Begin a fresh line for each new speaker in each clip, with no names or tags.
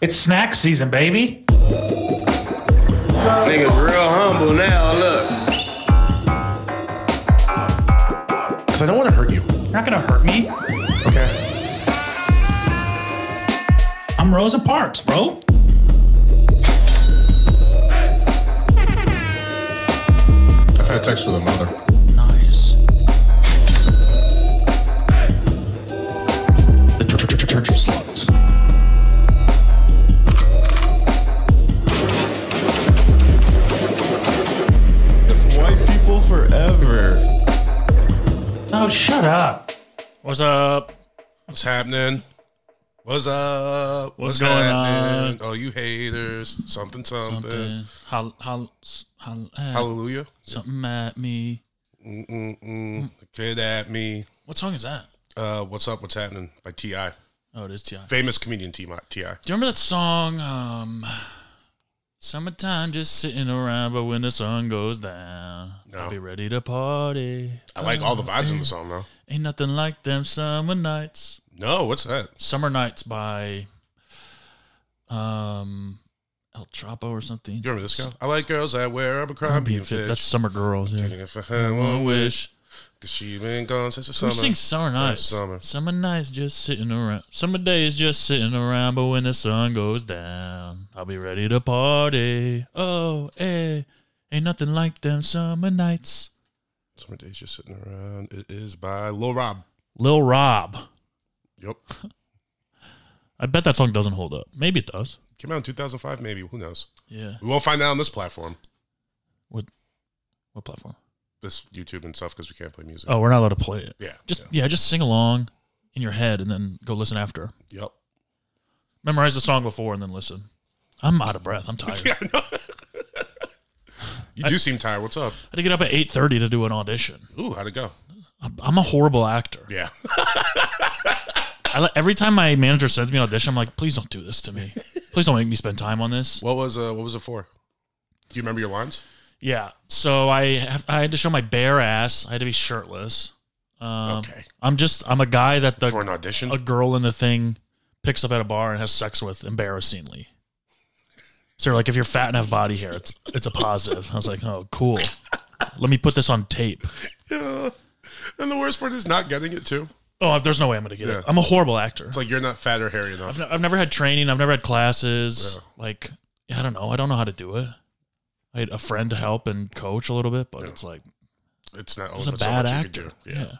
It's snack season, baby.
Niggas real humble now. Look,
Because I don't want to hurt you.
You're not gonna hurt me.
Okay.
I'm Rosa Parks, bro.
I've had sex with a mother.
Nice. The church, church, church, church of sluts.
White people forever.
Oh, shut up.
What's up?
What's happening? What's up?
What's going
happening? Oh, you haters. Something, something.
Something. Holla, holla, s- holla, at
Hallelujah.
something at me.
Mm-mm-mm. Get at me.
What song is that?
Uh, what's up? What's happening? By Ti,
Oh, it is Ti. Do
famous comedian Ti.
you remember that song? Um, summertime, just sitting around, but when the sun goes down,
No.
I'll be ready to party.
I like all the
Oh,
vibes in
ain't-
the song though.
Ain't nothing like them summer nights.
No, what's that?
Summer Nights by um El Chapo or something.
You remember this guy? I like girls that wear
Being
Abercrombie and
fit.
Fitch.
That's Summer Girls. Yeah.
If I had one wish, cause she been gone since the
Who
summer.
sings Summer Nights?
summer.
Summer. Nights just sitting around. Summer days just sitting around, but when the sun goes down, I'll be ready to party. Oh, eh. Ain't nothing like them summer nights.
Summer days just sitting around. It is by Lil Rob.
Lil Rob.
Yep,
I bet that song doesn't hold up. Maybe it does.
came out in 2005. Maybe who knows?
Yeah.
We won't find out on this platform,
What what platform?
this YouTube and stuff, because we can't play music.
Oh, we're not allowed to play it.
yeah,
Just yeah, just sing along in your head and then go listen after.
yeah. yep.
memorize the song before and then listen. I'm out of breath. I'm tired.
Yeah, I know. you do seem tired. What's up?
I had to get up at 8:30 to do an audition.
Ooh, how'd it go?
I'm, I'm a horrible actor.
Yeah,
I, li- every time my manager sends me an audition, I'm like, please don't do this to me. Please don't make me spend time on this.
what was uh, what was it for? Do you remember your lines?
Yeah. So I have, I had to show my bare ass. I had to be shirtless. Um,
Okay.
I'm just I'm a guy that the
for an audition.
a girl in the thing picks up at a bar and has sex with embarrassingly. So like if you're fat and have body hair, it's it's a positive. I was like, oh cool. Let me put this on tape.
Yeah. And the worst part is not getting it too.
Oh, there's no way I'm gonna get
Yeah.
it. I'm a horrible actor.
It's like you're not fat or hairy enough.
I've, n- I've never had training. I've never had classes. Like I don't know. I don't know how to do it. I had a friend to help and coach a little bit, but it's like
It's not.
I was
oh,
a
that's not
bad
what you could
actor.
do.
Yeah.
Yeah.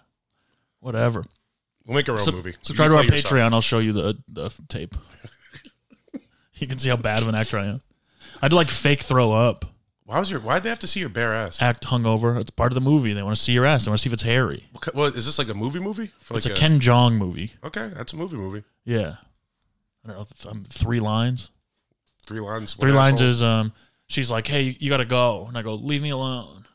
whatever.
we'll make our own
So,
movie.
so
You
try
can
to our
play yourself.
Patreon. I'll show you the the f- tape. you can see how bad of an actor I am. I'd like fake throw up,
Why was your? Why'd they have to see your bare ass?
act hungover. It's part of the movie. They want to see your ass. They want to see if it's hairy.
What ki- What is this like a movie movie? For like
It's a Ken Jong movie.
Okay, that's a movie movie.
Yeah, I don't know. th- um, Three lines.
Three lines. one
Three lines
asshole.
is um, she's like, "Hey, you, you gotta go," and I go, "Leave me alone."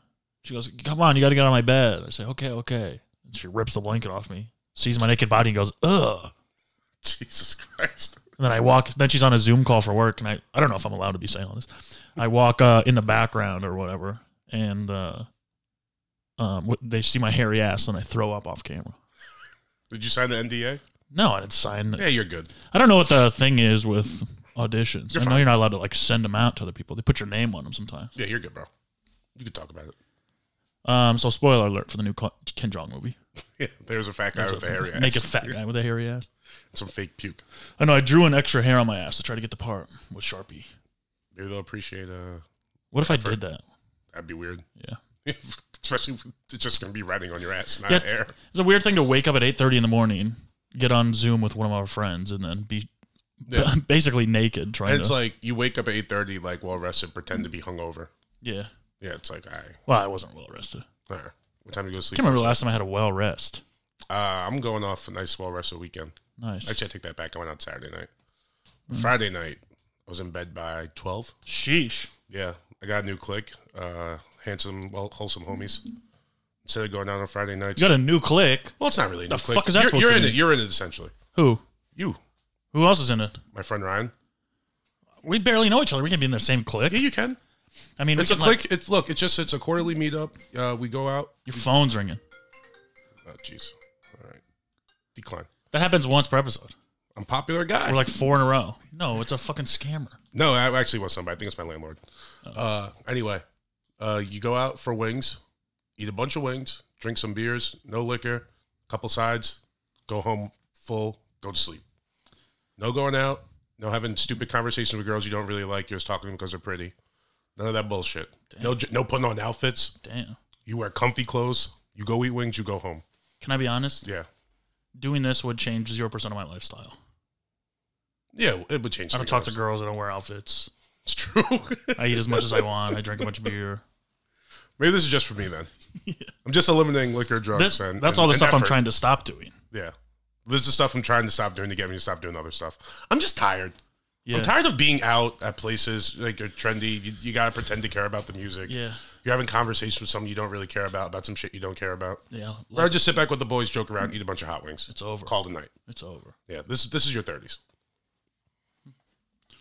She goes, "Come on, you gotta get out of my bed." I say, "Okay, okay." And she rips the blanket off me, sees my naked body, and goes, "Ugh."
Jesus Christ.
And then I walk. Then she's on a Zoom call for work, and I I don't know if I'm allowed to be saying all this. I walk uh, in the background or whatever, and uh, um, wh- they see my hairy ass, and I throw up off camera.
Did you sign the NDA?
No, and it's signed.
Yeah, you're good.
I don't know what the thing is with auditions.
You're
I know
fine.
you're not allowed to like send them out to other people. They put your name on them sometimes.
Yeah, you're good, bro. You can talk about it.
Um, so spoiler alert for the new Ko- Ken Jong movie.
Yeah, there's a fat guy with a hairy ass.
Naked fat guy with a hairy ass.
Some fake puke.
I know I drew an extra hair on my ass to try to get the part with Sharpie.
Maybe they'll appreciate. Uh,
What if I did that?
that'd be weird.
Yeah.
Especially, with- it's just gonna be writing on your ass, not
Yeah,
air.
it's, it's a weird thing to wake up at eight thirty in the morning, get on Zoom with one of our friends, and then be
Yeah.
basically naked trying
And it's
to.
like you wake up at eight thirty, like well rested, pretend to be hungover.
yeah.
Yeah, it's like I.
Well, I wasn't well rested.
What time do you go to sleep?
Can't remember the last time I had a well rest.
Uh, I'm going off a nice well rested weekend.
Nice.
Actually, I take that back. I went out Saturday night.
Mm.
Friday night, I was in bed by twelve.
Sheesh.
Yeah, I got a new clique. Uh, handsome, well, wholesome homies. Instead of going out on Friday nights,
You got a new click.
well, it's not really a new
The
clique.
fuck is that
you're,
supposed
you're
to
in
mean?
it. You're in it essentially.
Who?
You,
Who else is in it?
my friend Ryan.
We barely know each other. We can be in the same clique.
Yeah, you can.
I mean, we
It's a
can, like,
clique. It's look. It's just it's a quarterly meetup. Uh, we go out.
your phone's ringing.
Oh, jeez. All right. Decline.
That happens once per episode.
I'm a popular guy.
We're like four in a row. No, it's a fucking scammer.
No, I actually was somebody. I think it's my landlord.
Oh.
Uh, anyway, uh, you go out for wings, eat a bunch of wings, drink some beers, no liquor, couple sides, go home full, go to sleep. No going out, no having stupid conversations with girls you don't really like. You're just talking to them because they're pretty. None of that bullshit. No, j- no putting on outfits.
Damn.
You wear comfy clothes. You go eat wings. You go home.
Can I be honest?
Yeah,
Doing this would change zero percent of my lifestyle.
yeah, it would change.
I don't talk to girls. I don't wear outfits.
It's true.
I eat as much as I want. I drink a bunch of beer.
Maybe this is just for me then. I'm just eliminating liquor, drugs,
That's,
and
that's
and-
all the
and
stuff I'm
effort.
trying to stop doing.
Yeah. This is stuff I'm trying to stop doing to get me to stop doing other stuff. I'm just tired.
Yeah.
I'm tired of being out at places like you're trendy. You, you got to pretend to care about the music.
Yeah.
You're having conversations with someone you don't really care about, about some shit you don't care about.
Yeah.
Or just sit back with the boys, joke around, eat a bunch of hot wings.
It's over.
Call it a night.
It's over.
Yeah. This, this is your 30s.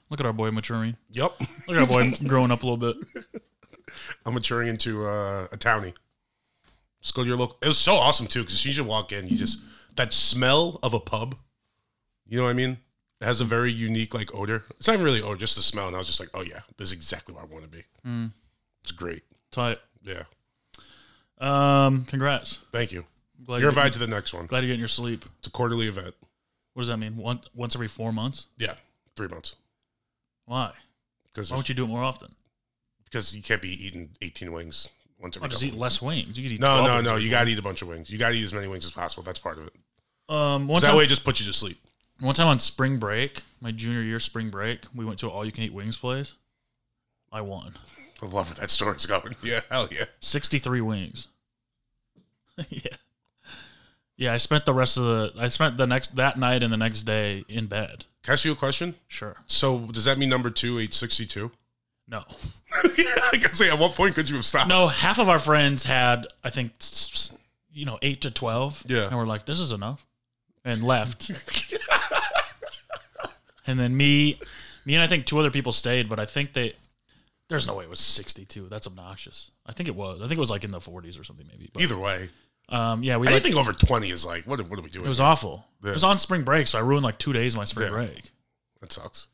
Look at our boy maturing.
Yep.
Look at our boy growing up a little bit.
I'm maturing into uh, a townie. Just go to your local. It was so awesome too, because as soon as you walk in, you just that smell of a pub. You know what I mean? It has a very unique like odor. It's not even really odor, just the smell. And I was just like, oh yeah, this is exactly where I want to be.
Mm.
It's great.
Tight.
Yeah,
Um, congrats.
thank you.
Glad
You're
you're getting,
invited to the next one.
glad you're getting your sleep.
It's a quarterly event.
What does that mean? Once once every four months?
Yeah, three months.
Why?
Because
Why don't you do it more often?
because you can't be eating 18 wings once every.
I'll just
couple
eat
weeks.
less wings. You could eat
No,
12
no,
wings
no.
every
You
four
got to eat a bunch of wings. You got to eat as many wings as possible. That's part of it.
Um, one
'Cause
time,
That way, it just puts you to sleep.
one time on spring break, my junior year spring break, we went to an all you can eat wings place. I won
I love where that story's going. Yeah, hell yeah.
sixty three wings. yeah, yeah. I spent the rest of the I spent the next that night and the next day in bed.
Can I ask you a question?
Sure.
So does that mean number two, 862?
No.
yeah, I can say at what point could you have stopped?
No. Half of our friends had I think s- s- you know eight to twelve.
Yeah.
And we're like, this is enough, and left. and then me, me and I think two other people stayed, but I think they. There's no way it was 62. That's obnoxious. I think it was. I think it was like in the 40s or something, maybe. But,
Either way,
um, yeah, we like,
anything over 20 is like, what, are- what are we doing?
it was awful.
Yeah.
It was on spring break, so I ruined like two days of my spring
Yeah.
break.
that sucks.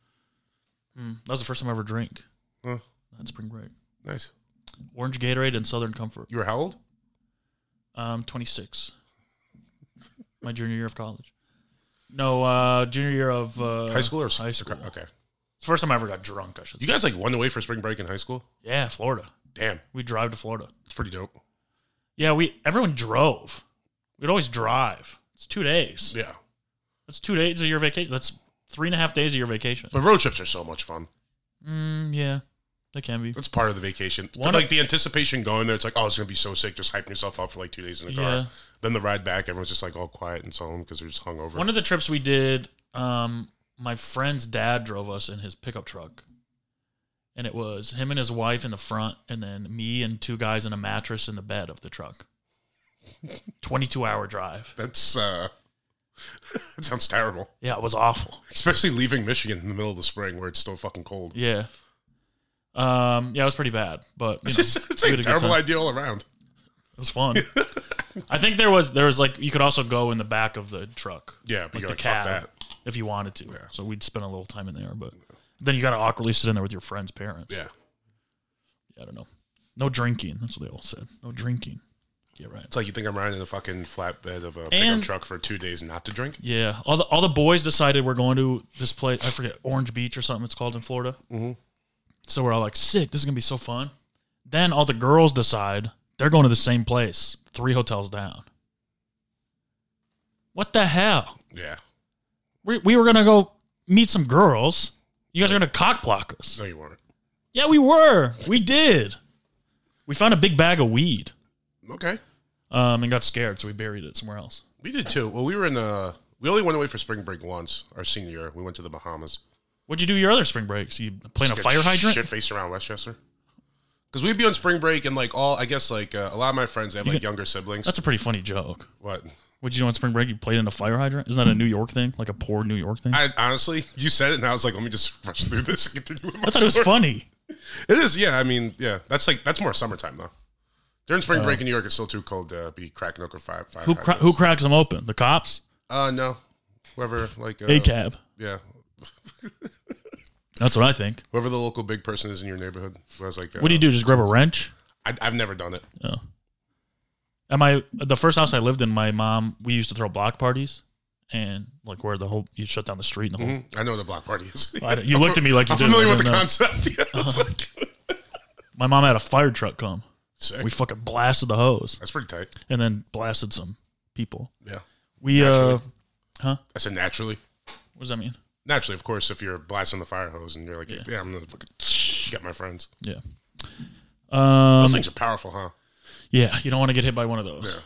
That was the first time I ever drank.
Huh.
That's spring break.
Nice.
Orange Gatorade and Southern Comfort.
You were how old?
Um, 26. My junior year of college. No, uh, junior year of uh,
high school or
high school.
Okay. okay.
First time I ever got drunk. I should.
You
Say.
guys like went away for spring break in high school?
Yeah, Florida.
Damn,
We drive to Florida.
it's pretty dope.
Yeah, we everyone drove. We'd always drive. It's two days.
Yeah.
That's two days of your vacation. That's three and a half days of your vacation.
But road trips are so much fun.
Mm, yeah, they can be.
That's part of the vacation. For,
One-
like the anticipation going there, it's like, oh, it's going to be so sick. Just hyping yourself up for like two days in the car.
Yeah.
Then the ride back, everyone's just like all quiet and solemn because they're just hungover.
One of the trips we did, um, my friend's dad drove us in his pickup truck. And it was him and his wife in the front, and then me and two guys in a mattress in the bed of the truck. 22 hour drive.
That's, uh, that sounds terrible.
Yeah, it was awful.
Especially leaving Michigan in the middle of the spring where it's still fucking cold.
Yeah. Um, yeah, it was pretty bad, but you know,
It's, just, it's
we
a
had a good
terrible
time.
idea all around.
It was fun. I think there was there was like you could also go in the back of the truck.
Yeah,
like
but you're
the
like, fuck
cab
that.
if you wanted to. So we'd spend a little time in there, but then you got to awkwardly sit in there with your friend's parents.
Yeah.
I don't know. No drinking. That's what they all said. No drinking. Yeah, right.
It's like you think I'm riding in a fucking flatbed of a pickup
And-
truck for two days not to drink.
Yeah, all the all the boys decided we're going to this place. I forget Orange Beach or something. It's called in Florida. Mm-hmm. So we're all like, sick. This is gonna be so fun. Then all the girls decide they're going to the same place, three hotels down. What the hell?
Yeah.
We we were gonna go meet some girls. You guys are gonna cock block us.
No, you weren't.
Yeah, we were. We did. We found a big bag of weed
Okay.
um, and got scared, so we buried it somewhere else.
We did too. Well, we were in a. We only went away for spring break once, our senior year. We went to the Bahamas.
What'd you do your other spring breaks? You playing a fire hydrant?
Shit face around Westchester. Because we'd be on spring break and like all, I guess like uh, a lot of my friends they have like younger siblings.
That's a pretty funny joke.
what?
What'd you do on spring break? You played in a fire hydrant? Isn't that a New York thing? Like a poor New York thing? I,
Hmm. I honestly, you said it, and I was like, let me just rush through this and continue. With my
thought it was
story.
funny.
It is, yeah. I mean, yeah. That's like that's more summertime though. During spring
Oh.
break in New York, it's still too cold to be cracking open five.
Who cra- who cracks them open? The cops?
Uh, no. Whoever, like, uh,
A cab.
yeah,
That's what I think.
whoever the local big person is in your neighborhood. I was like, uh,
What do you do? Just grab a wrench?
I, I've never done it.
At my the first house I lived in, my mom we used to throw block parties, and like where the whole you shut down the street and the whole.
Mhm. I know what a block party is.
I don't- you looked at me like you
I'm
didn't-
familiar
I
with the
didn't know.
concept. Yeah, I
Uh-huh.
was like, Mm-hmm.
My mom had a fire truck come.
sick.
We fucking blasted the hose
That's pretty tight.
and then blasted some people.
Yeah.
We uh,
Naturally.
what
I said naturally.
does that mean?
Naturally, of course, if you're blasting the fire hose and you're like, yeah, I'm gonna fucking get my friends.
Yeah.
Those
Um.
things are powerful, huh?
Yeah. You don't want to get hit by one of those.
Yeah.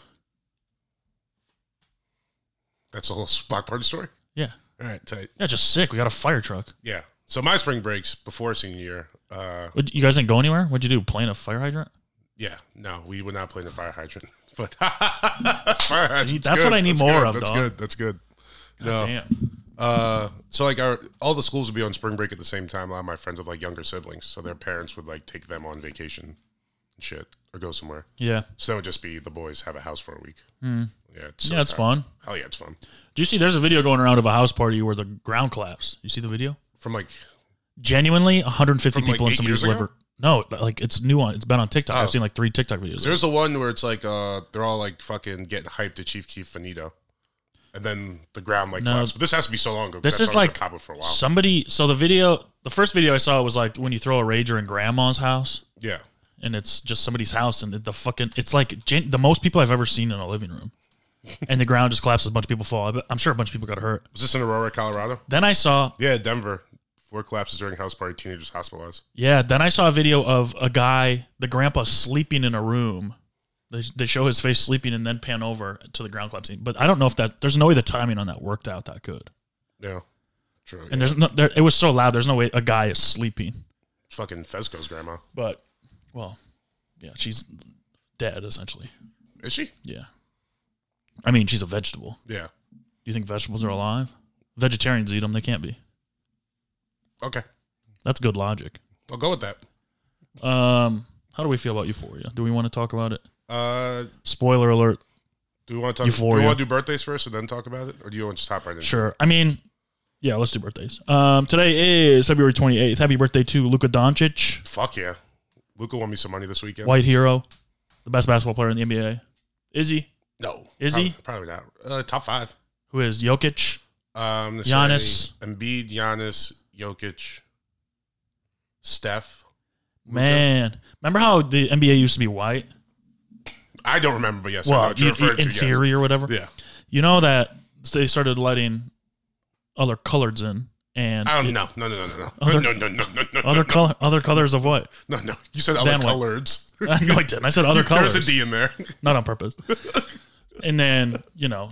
That's the whole block party story.
Yeah. yeah.
All right, tight.
Just sick. We got a fire truck.
Yeah. So my spring breaks before senior year. Uh,
What, you guys didn't go anywhere. What'd you do? Playing a fire hydrant?
yeah. No, we would not play in the fire hydrant. But fire hydrant's
that's what I need
That's
more
good.
of,
That's
dog.
good. That's good. no.
Damn.
Uh, so like our all the schools would be on spring break at the same time. A lot of my friends have like younger siblings, so their parents would like take them on vacation, and shit, or go somewhere.
Yeah.
So that would just be the boys have a house for a week. Yeah, it's
Hmm. Yeah, it's
uh,
fun.
Hell yeah, it's fun.
Do you see? There's a video going around of a house party where the ground collapsed. You see the video?
From like,
Genuinely, 150
From, like,
people in
eight
somebody's
years ago?
liver. No, like it's new on. It's been on TikTok.
Oh.
I've seen like three TikTok videos.
there's the one where it's like, uh, they're all like fucking getting hyped to Chief Keef Finito, and then the ground like
No.
collapsed. But this has to be so long ago. 'cause
This
I thought it
is
was
like
gonna pop up for a while.
Somebody. So the video, the first video I saw was like when you throw a rager in grandma's house,
yeah,
and it's just somebody's house, and the fucking. It's like gen, the most people I've ever seen in a living room, and the ground just collapses. A bunch of people fall. I bet- I'm sure a bunch of people got hurt.
was this in Aurora, Colorado?
Then I saw
Yeah, Denver. Floor collapses during house party. Teenagers hospitalized.
Yeah, then I saw a video of a guy, the grandpa, sleeping in a room. They, they show his face sleeping and then pan over to the ground collapsing. But I don't know if that there's no way the timing on that worked out that good.
Yeah, true.
And
yeah.
there's no there, it was so loud. There's no way a guy is sleeping.
fucking Fesco's grandma.
But well, yeah, she's dead essentially.
Is she?
Yeah, I mean she's a vegetable.
Yeah.
Do you think vegetables are alive? Vegetarians eat them. They can't be.
Okay.
That's good logic.
I'll go with that.
Um, how do we feel about Euphoria? Do we want to talk about it?
Uh,
Spoiler alert.
do we want to talk? Do
Euphoria.
we want to do birthdays first and then talk about it, or do you want to just hop right in?
Sure. I mean, yeah, let's do birthdays. Um, today is February 28th. Happy birthday to Luka Doncic,
Fuck yeah. Luca won me some money this weekend.
white hero, the best basketball player in the NBA. Izzy,
No.
Is
Prob-
he?
Probably not. Uh, top five.
who is Jokic.
Um, let's
Giannis.
say Embiid, Giannis, Jokic, Steph.
Man, remember how the NBA used to be white?
I don't remember, but yes, I know
Well,
what you're
you- you-
referring
in
to. yes.
theory or whatever.
Yeah.
You know that they started letting other coloreds in and
I don't know. No, no, no, no, no,
Other-
no, no, no, no, no,
other color other colors of what?
no, no. You said other
Then what?
coloreds.
no, I didn't. I said other colors.
There's a D in there.
Not on purpose. and then, you know,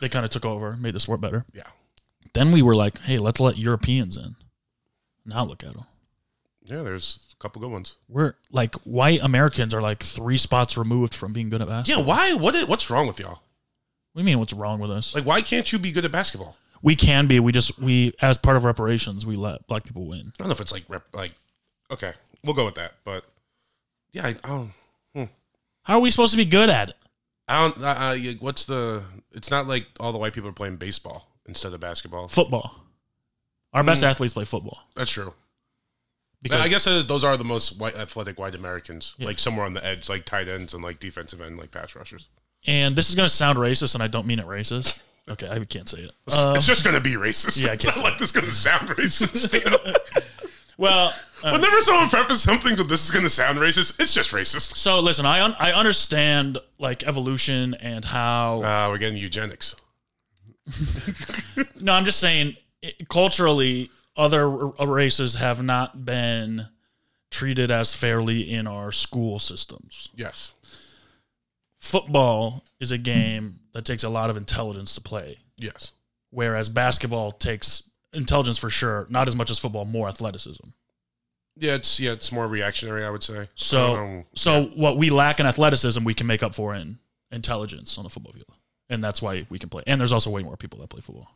they kind of took over, made the sport better.
yeah.
then we were like, hey, let's let Europeans in. Now look at them.
Yeah. There's a couple good ones.
We're like white Americans are like three spots removed from being good at
Yeah.
basketball.
Why? What? i- What's wrong with y'all?
We mean what's wrong with us?
Like, why can't you be good at basketball?
we can be. We just we as part of reparations, we let black people
I
win.
don't know if it's like rep, like okay, we'll go with that. But yeah, I, I don't.
How are we supposed to be good at it?
I don't. I, I, like, what's the? It's not like all the white people are playing baseball instead of basketball.
Football. Our best athletes play football.
That's true.
Because
I guess that is, those are the most white athletic white Americans, like somewhere on the edge, like tight ends and like defensive end, like pass rushers.
and this is gonna sound racist and I don't mean it racist. Okay, I can't say it. Um,
it's just gonna be racist.
yeah, I
it's
can't
not like this gonna sound racist. you know?
well, uh,
Whenever someone prefaces something that this is gonna sound racist, it's just racist.
so listen, I un- I understand like evolution and how
Uh, we're getting eugenics.
No, I'm just saying it, culturally, other r- races have not been treated as fairly in our school systems.
Yes.
Football is a game that takes a lot of intelligence to play,
Yes.
whereas basketball takes intelligence for sure, not as much as football, more athleticism.
Yeah, it's yeah, it's more reactionary, I would say.
So,
Um,
so what we lack in athleticism, we can make up for in intelligence on the football field, and that's why we can play. And there's also way more people that play football.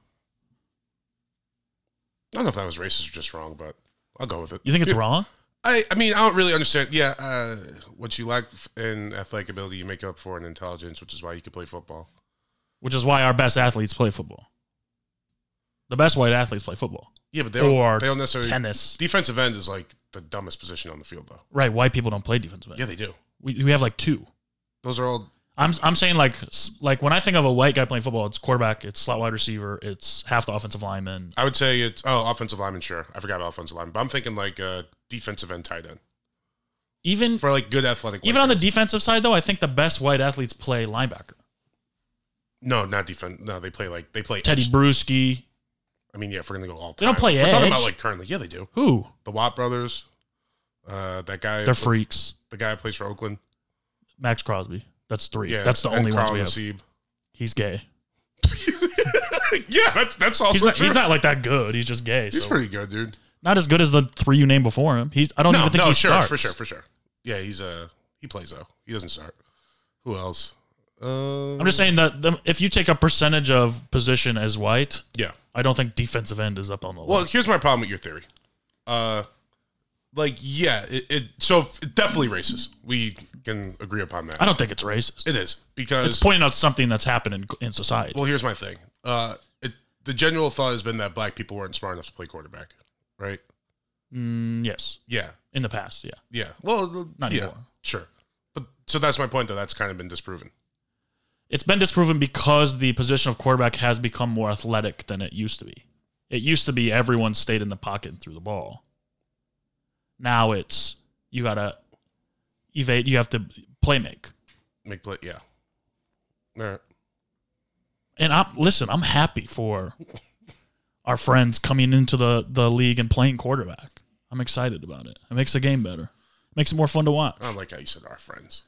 I don't know if that was racist or just wrong, but I'll go with it.
You think it's
Yeah.
wrong?
I, I mean, I don't really understand. Yeah, uh, what you lack in athletic ability, you make up for in intelligence, which is why you can play football.
Which is why our best athletes play football. The best white athletes play football
Yeah, but they
or
don't, they don't necessarily.
tennis.
Defensive end is like the dumbest position on the field, though.
Right, white people don't play defensive end.
Yeah, they do.
We, we have like two.
Those are all.
I'm I'm saying like s- like when I think of a white guy playing football, it's quarterback, it's slot wide receiver, it's half the offensive lineman.
I would say it's oh offensive lineman. Sure, I forgot about offensive lineman, but I'm thinking like uh, defensive end, tight end
Even
for like good athletic.
even on the
linebackers.
defensive side though, I think the best white athletes play linebacker.
no, not defense. No, they play like they play.
Teddy
edge.
Bruschi.
I mean, yeah, if we're gonna go all.
They don't
time.
play
We're talking about
edge.
like currently. Yeah, they do.
Who?
The Watt brothers. Uh, that guy.
They're freaks.
The guy that plays for Oakland.
Max Crosby. That's three.
Yeah,
that's the
and
only ones
Carl
we have.
Nassib.
He's gay.
yeah, that's that's also
He's not,
true.
he's not like that good. He's just gay.
He's
so
pretty good, dude.
not as good as the three you named before him. He's I don't even think he
sure,
starts.
for sure, for sure. Yeah, he's uh he plays though. He doesn't start. Who else? Uh,
I'm just saying that the, if you take a percentage of position as white,
yeah.
I don't think defensive end is up on the list.
Well, here's my problem with your theory. Uh, like yeah, it, it so f- definitely racist. We can agree upon that.
I don't think it's racist.
It is because
It's pointing out something that's happening in society.
Well, here's my thing. Uh, it, the general thought has been that black people weren't smart enough to play quarterback, right?
Mm, yes,
Yeah,
in the past, yeah.
yeah. Well,
Not
yeah,
anymore.
sure. But so that's my point, though. That's kind of been disproven.
It's been disproven because the position of quarterback has become more athletic than it used to be. It used to be everyone stayed in the pocket and threw the ball. Now it's you gotta evade. You have to play make.
Make play, yeah. All right.
And I'm listen. I'm happy for our friends coming into the the league and playing quarterback. I'm excited about it. It makes the game better. Makes it more fun to watch.
I don't like how you said our friends.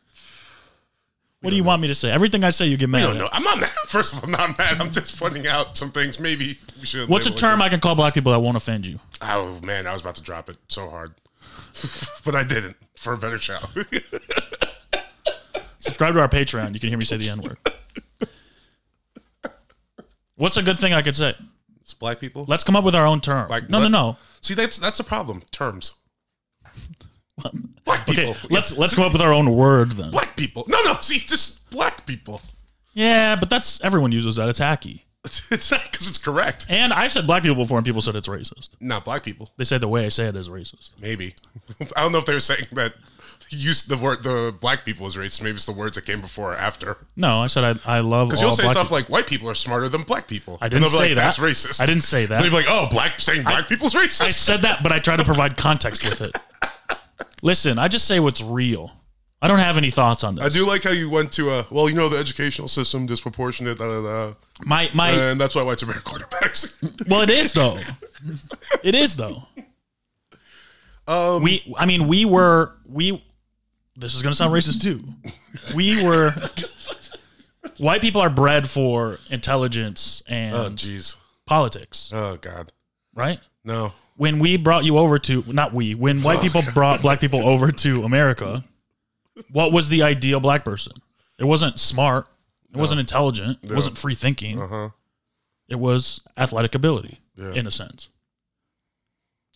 what do you want me to say? Everything I say, you get mad.
I don't
at.
know. I'm not mad. First of all, I'm not mad. I'm just pointing out some things. Maybe we should.
What's a term I can call black people that won't offend you?
oh man, I was about to drop it so hard, but I didn't for a better show.
Subscribe to our Patreon. You can hear me say the N word. What's a good thing I could say?
it's black people.
Let's come up with our own term.
Like,
no,
let-
no,
See, that's that's the problem. Terms. black
no.
people.
Okay, let's let's come up with our own word then.
black people. No, no. See, just black people.
Yeah, but that's everyone uses that. It's hacky.
It's, it's not because it's correct.
And I've said black people before, and people said it's racist.
Not black people.
They say the way I say it is racist.
Maybe. I don't know if they were saying that. Use the word the black people was racist. Maybe it's the words that came before or after.
No, I said I, I love all
Because you'll say
black
stuff
people.
like white people are smarter than black people.
I
And
didn't
they'll be
say
like, That's
that.
racist.
I didn't say
And
that.
they'd be like, "Oh, black saying black people's racist."
I said that, but I try to provide context with it. Listen, I just say what's real. I don't have any thoughts on this.
I do like how you went to a well, you know, the educational system disproportionate, da, da, da,
My my
and that's why whites are better quarterbacks.
Well, it is though. it is though.
Um,
we, I mean, we were we. This is gonna sound racist too. We were. white people are bred for intelligence
oh,
and
jeez.
politics,
Oh, god.
right?
No.
When we brought you over to not we, when white people brought black people over to America, what was the ideal black person? It wasn't smart. It wasn't intelligent. It wasn't free thinking.
Uh huh.
It was athletic ability,
Yeah.
in a sense.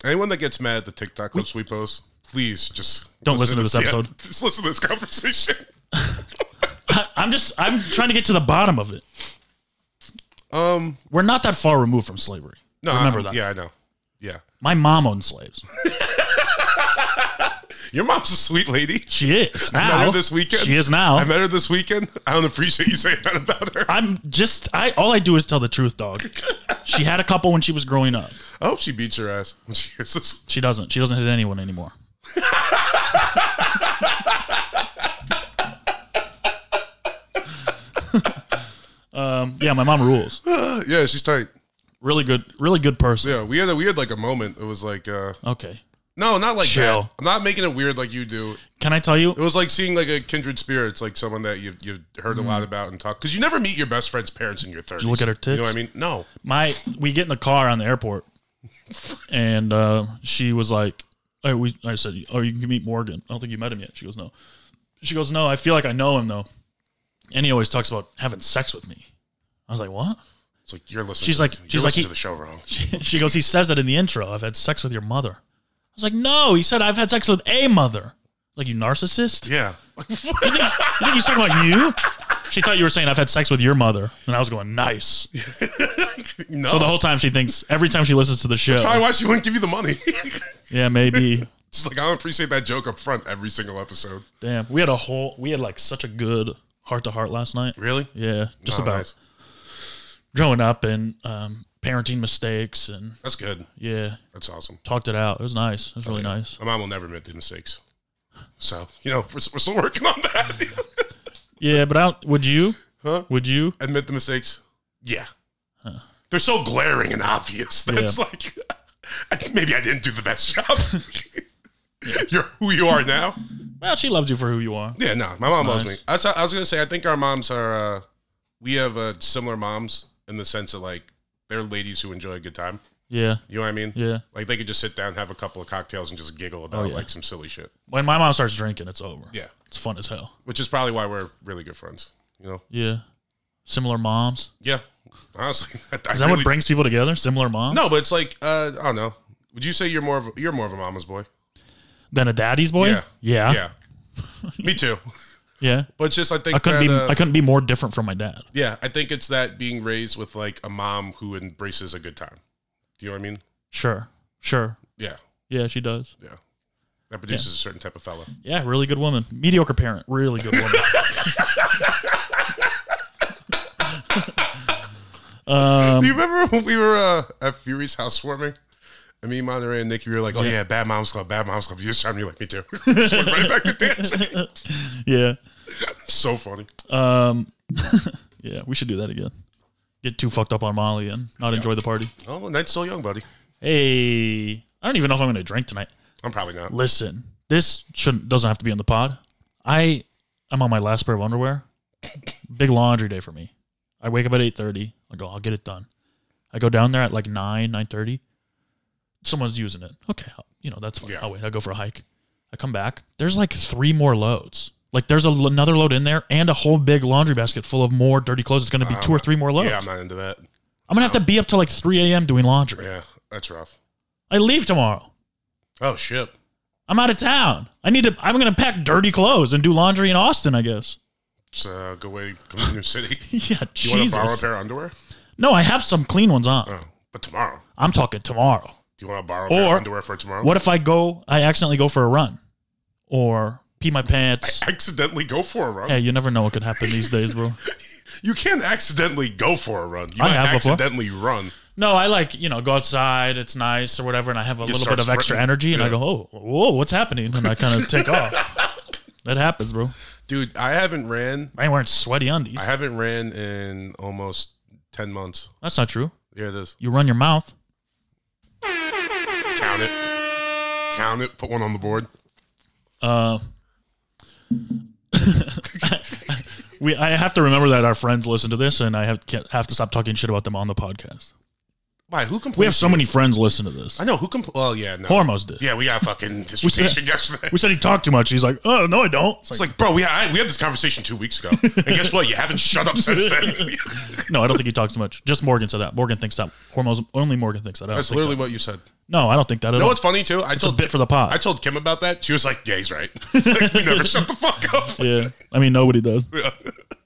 Anyone that gets mad at the TikTok clips we post, please just
Don't listen to this
yeah,
episode.
just listen to this conversation.
I- I'm just I'm trying to get to the bottom of it.
Um.
We're not that far removed from slavery.
No.
Remember
I'm-
that.
Yeah, I know. Yeah.
My mom owned slaves.
Your mom's a sweet lady.
She is now.
met her this weekend.
She is now.
I
I'm,
met her this weekend. I don't appreciate you saying that about her.
just I all I do is tell the truth, dog. she had a couple when she was growing up.
I hope she beats your ass when she hears this.
She doesn't. She doesn't hit anyone anymore. um, yeah, my mom rules.
Yeah, she's tight.
Really good, really good person.
Yeah, we had a we had like a moment. It was like uh
Okay.
no, not like
Chill.
that. I'm not making it weird like you do.
Can I tell you?
It was like seeing like a kindred spirit. It's like someone that you've you've heard a lot about and talk because you never meet your best friend's parents in your thirties.
Mm. look at her
You know
tits?
what I mean? No.
my we get in the car on the airport and uh, she was like "Hey, we, i said oh you can meet morgan i don't think you met him yet she goes no she goes no i feel like i know him though and he always talks about having sex with me i was like what
It's like you're listening.
She's
to
like-
the- you're
she's like,
listening
he-
to the show wrong.
she goes he says that in the intro i've had sex with your mother i was like no he said i've had sex with a mother like you narcissist
Yeah. Like, what?
you think he's talking about you She thought you were saying I've had sex with your mother, and I was going nice.
no.
So the whole time she thinks every time she listens to the
Probably
show,
why she wouldn't give you the money.
yeah, maybe.
She's like, I don't appreciate that joke up front every single episode.
Damn, we had a whole we had like such a good heart to heart last night.
Really?
Yeah, just
Oh,
about
nice.
growing up and um, parenting mistakes, and
That's good.
yeah,
That's awesome.
talked it out. It was nice. It was
Oh,
really nice.
My mom will never admit the mistakes. So, you know, we're, we're still working on that.
Yeah, but I, would you?
Huh?
Would you?
admit the mistakes? Yeah. They're so glaring and obvious that
Yeah.
it's like, I- maybe I didn't do the best job. You're who you are now.
Well, she loves you for who you are.
Yeah, no, my mom loves me.
nice.
I was, I was gonna say, I think our moms are, uh, we have uh, similar moms in the sense of like they're ladies who enjoy a good time.
Yeah,
You know what I mean?
yeah.
Like they could just sit down, have a couple of cocktails, and just giggle about
Oh, yeah.
like some silly shit.
When my mom starts drinking, it's over.
Yeah,
it's fun as hell.
which is probably why we're really good friends. You know?
Yeah, similar moms.
Yeah, honestly, I, I
Is that
really-
what brings people together? Similar moms?
No, but it's like uh, I don't know. Would you say you're more of a, you're more of a mama's boy?
Than a daddy's boy?
Yeah.
Yeah. Yeah.
Yeah, me too. But it's just I think
I
that,
couldn't be
uh,
I couldn't be more different from my dad.
yeah, I think it's that being raised with like a mom who embraces a good time. Do you know what I mean?
Sure. Sure.
Yeah,
Yeah, she does.
yeah. That produces a certain type of fella.
Yeah, really good woman. Mediocre parent. Really good woman. Um,
Do you remember when we were uh, at Fury's housewarming? And me, Monterey, and Nicky, we were like, "Oh yeah, bad mom's club, bad mom's club." You just you're like, "Me too." Just went right back to dancing.
yeah.
so funny.
Um Yeah, we should do that again. Get too fucked up on Molly and not enjoy the party.
Oh, night's still young, buddy.
Hey. I don't even know if I'm gonna drink tonight.
I'm probably not.
Listen, this shouldn't doesn't have to be on the pod. I I'm on my last pair of underwear. Big laundry day for me. I wake up at eight thirty. I go, I'll get it done. I go down there at like nine nine thirty. Someone's using it. Okay, I'll- you know that's fine.
Yeah.
I'll wait. I'll go for a hike. I come back. There's like three more loads. Like there's a, another load in there and a whole big laundry basket full of more dirty clothes. It's going to be two or three more loads.
Uh, Yeah, I'm not into that.
I'm gonna have to be up till like three a.m. doing laundry.
Yeah, that's rough.
I leave tomorrow.
Oh shit.
I'm out of town. I need to. I'm gonna pack dirty clothes and do laundry in Austin. I guess.
It's a good way to come to a new city.
Yeah,
You want to borrow a
Jesus.
pair of underwear?
No, I have some clean ones on.
Oh, but tomorrow.
I'm talking tomorrow.
Do you want to borrow a pair of
Or
underwear for tomorrow?
what if I go? I accidentally go for a run, or pee my pants.
Accidentally go for a run.
Hey, you never know what could happen these days, bro.
You can't accidentally go for a run. You
I
might
have before.
accidentally run.
No, I like you know go outside. It's nice or whatever, and I have a
You
little
start
bit of extra
sprinting.
energy, and I
Yeah.
go, oh, whoa, what's happening? And I kind of take off. That happens, bro.
Dude, I haven't ran.
I ain't wearing sweaty undies.
I haven't ran in almost 10 months.
That's not true.
Here it is.
You run your mouth.
Count it. Count it. Put one on the board.
Uh, we I have to remember that our friends listen to this, and I have can't, have to stop talking shit about them on the podcast.
Why? Who
We have
complains?
so many friends listen to this.
I know. Who complains? Well, yeah, no.
Hormos did.
Yeah, we got a fucking
said-
dissertation yesterday.
We said he talked too much. He's like, oh no, I don't. It's like,
It's like, bro, we had, we had this conversation two weeks ago. And guess what? You haven't shut up since then.
no, I don't think he talks too much. Just Morgan said that. Morgan thinks that hormones only Morgan thinks that. I don't
That's
think
literally what you said.
that. No, I don't think that at
You know
all.
what's funny, too? I
It's a
told,
bit for the pot.
I told Kim about that. She was like, yeah, he's right. It's like, we never shut the fuck up.
yeah, I mean nobody does.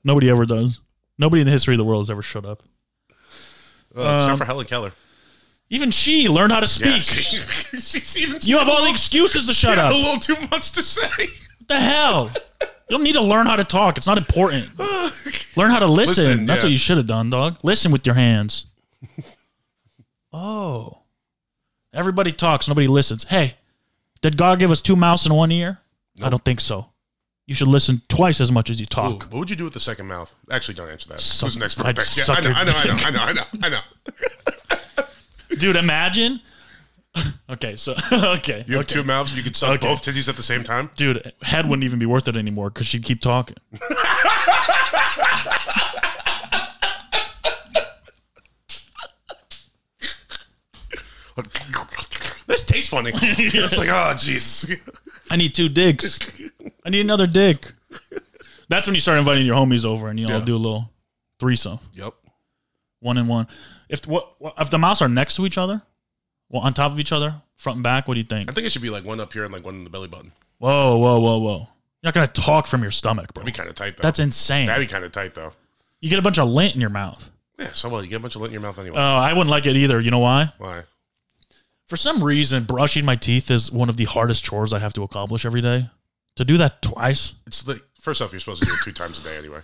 Nobody ever does. Nobody in the history of the world has ever shut up.
Uh, except
Um,
for Helen Keller.
Even she learned how to speak.
Yeah, she- she's even
you have all the excuses to shut
yeah,
up.
a little too much to say.
the hell? You don't need to learn how to talk. It's not important. Learn how to listen.
Listen,
That's
yeah.
what you should have done, dog. Listen with your hands. oh. Everybody talks, nobody listens. Hey, did God give us two mouths and one ear? I don't think so. You should listen twice as much as you
Ooh,
talk.
what would you do with the second mouth? Actually, don't answer that.
Suck-
Who's the next
I'd
birthday? Yeah,
suck
I know,
your
I know, I know, I know, I know, I know.
Dude, imagine. okay, so okay.
You have
okay.
two mouths. You could suck
Okay.
both titties at the same time.
Dude, head wouldn't even be worth it anymore because she'd keep talking.
this tastes funny. it's like, oh, jeez.
I need two dicks. I need another dick. That's when you start inviting your homies over and you all
Yeah.
do a little threesome,
Yep.
one and one. If what what- if the mouths are next to each other, well, on top of each other, front and back, what do you think?
I think it should be like one up here and like one in the belly button.
Whoa, whoa, whoa, whoa! You're not gonna talk from your stomach, bro.
That'd be kind of tight though.
That's insane.
That'd be kind of tight though.
you get a bunch of lint in your mouth.
Yeah. So well, you get a bunch of lint in your mouth anyway.
Oh, I wouldn't like it either. You know why?
Why?
For some reason, brushing my teeth is one of the hardest chores I have to accomplish every day. To do that twice,
It's the first off, you're supposed to do it two times a day anyway.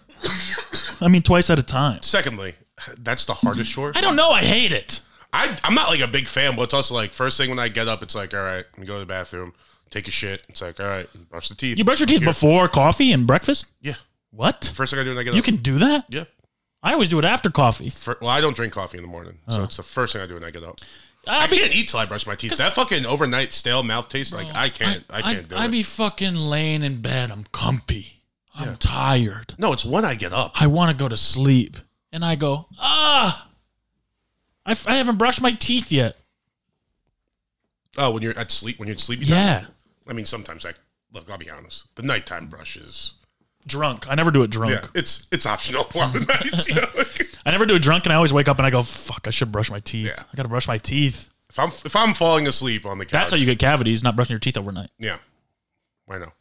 I mean, twice at a time.
Secondly, that's the hardest chore.
I don't know. I hate it.
I, I'm not like a big fan, but it's also like first thing when I get up, it's like, all right, I'm go to the bathroom, take a shit. It's like, all right, brush the teeth.
You brush your teeth
Here.
before coffee and breakfast?
Yeah.
What?
First thing I do when I get
You
up.
can do that?
Yeah.
I always do it after coffee.
Fir- well, I don't drink coffee in the morning, so it's the first thing I do when I get up.
I
I
Uh-huh. be,
can't eat till I brush my teeth. That fucking overnight stale mouth taste, like I can't, I, can't do
I
it.
be fucking laying in bed. I'm comfy. I'm tired.
no, it's when I get up.
I want to go to sleep. And I go, ah, I, f- I haven't brushed my teeth yet.
Oh, when you're at sleep, when you're at sleep, you don't?
Yeah.
I mean, sometimes I look. I'll be honest. The nighttime brush is
Drunk. I never do it drunk.
yeah, it's it's optional on the nights. you know?
I never do it drunk, and I always wake up and I go, "Fuck, I should brush my teeth.
Yeah.
I gotta brush my teeth."
if I'm if I'm falling asleep on the couch,
That's how you get cavities, not brushing your teeth overnight,
Yeah, I know.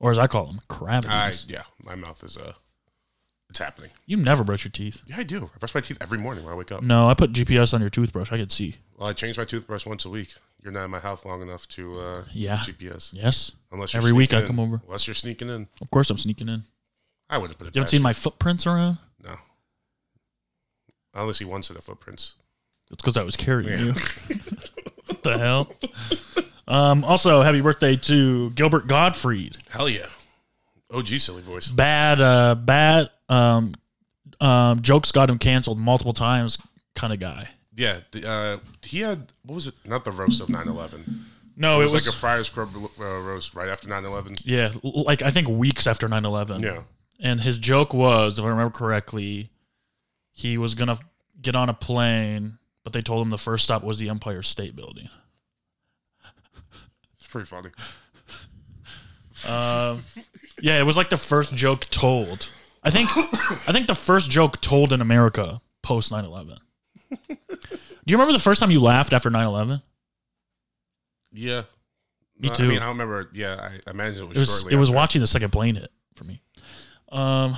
or as I call them,
I
cavities.
yeah, my mouth is uh, it's happening. Mm.
you never brush your teeth.
Yeah, I do. I brush my teeth every morning when I wake up.
No, I put GPS on your toothbrush. I could see.
Well, I change my toothbrush once a week. You're not in my house long enough to uh,
Yeah.
GPS.
Yes.
Unless you're
Every week
sneaking
I
in.
come over.
Unless you're sneaking in,
Of course, I'm sneaking in.
I wouldn't put it.
You haven't
past
seen my footprints around?
No. I only see one set of footprints.
It's because I was carrying
Yeah.
you. what the hell? Um, also, happy birthday to Gilbert Gottfried.
Hell yeah. OG silly voice.
Bad, uh, bad um, um, jokes got him canceled multiple times. Kind of guy.
Yeah. The, uh, he had, what was it? Not the roast of 9 11.
No,
It was like a Friars Club uh, roast right after 9 11.
Yeah, l- like I think weeks after 9 11.
Yeah.
And his joke was, if I remember correctly, he was going to get on a plane, but they told him the first stop was the Empire State Building.
It's pretty funny.
Yeah, it was like the first joke told. I think I think the first joke told in America post 9 11. Do you remember the first time you laughed after 9 11?
Yeah.
Me
No,
too.
I mean, I don't remember. Yeah. I, I imagine it was,
It was,
shortly.
it was
after.
watching the second plane hit for me. Um,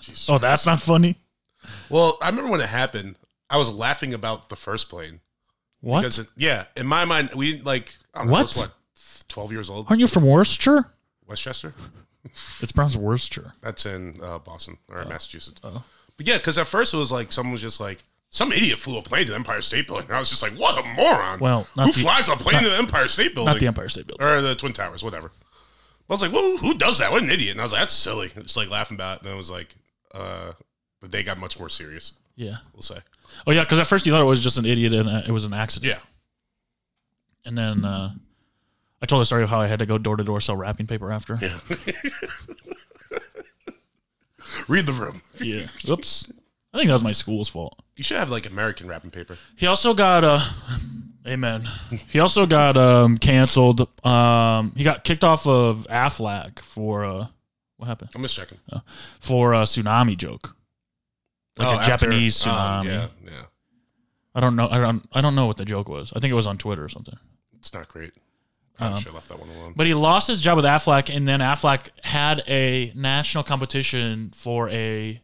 Jesus.
oh, that's not funny.
Well, I remember when it happened. I was laughing about the first plane.
What?
Because, it, yeah, in my mind, we like, I don't know, I was,
What?
what? 12 years old?
Aren't you from Worcester?
Westchester?
It's Brown's Worcester.
That's in uh, Boston or
Oh.
Massachusetts. But yeah, because at first it was like someone was just like, some idiot flew a plane to the Empire State Building. And I was just like, what a moron.
Well, not
who
the-
flies a plane to the Empire State Building?
Not the Empire State Building.
Or the Twin Towers, whatever. I was like, well, who does that? What an idiot. And I was like, that's silly. Just like laughing about it. And then it was like, uh, the day got much more serious,
Yeah.
we'll say.
Oh yeah, because at first you thought it was just an idiot and uh, it was an accident.
Yeah.
And then uh, I told the story of how I had to go door to door sell wrapping paper after. Yeah.
Read the room.
Oops. I think that was my school's fault.
You should have like American wrapping paper.
He also got uh Amen. He also got um canceled. Um he got kicked off of Aflac for uh what happened?
I'm just checking.
For a tsunami joke. Like a
after-
Japanese
oh,
tsunami.
yeah, yeah.
I don't know I don't I don't know what the joke was. I think it was on Twitter or something.
It's not great. I should have left that one alone.
Um, But he lost his job with Affleck, and then Affleck had a national competition for a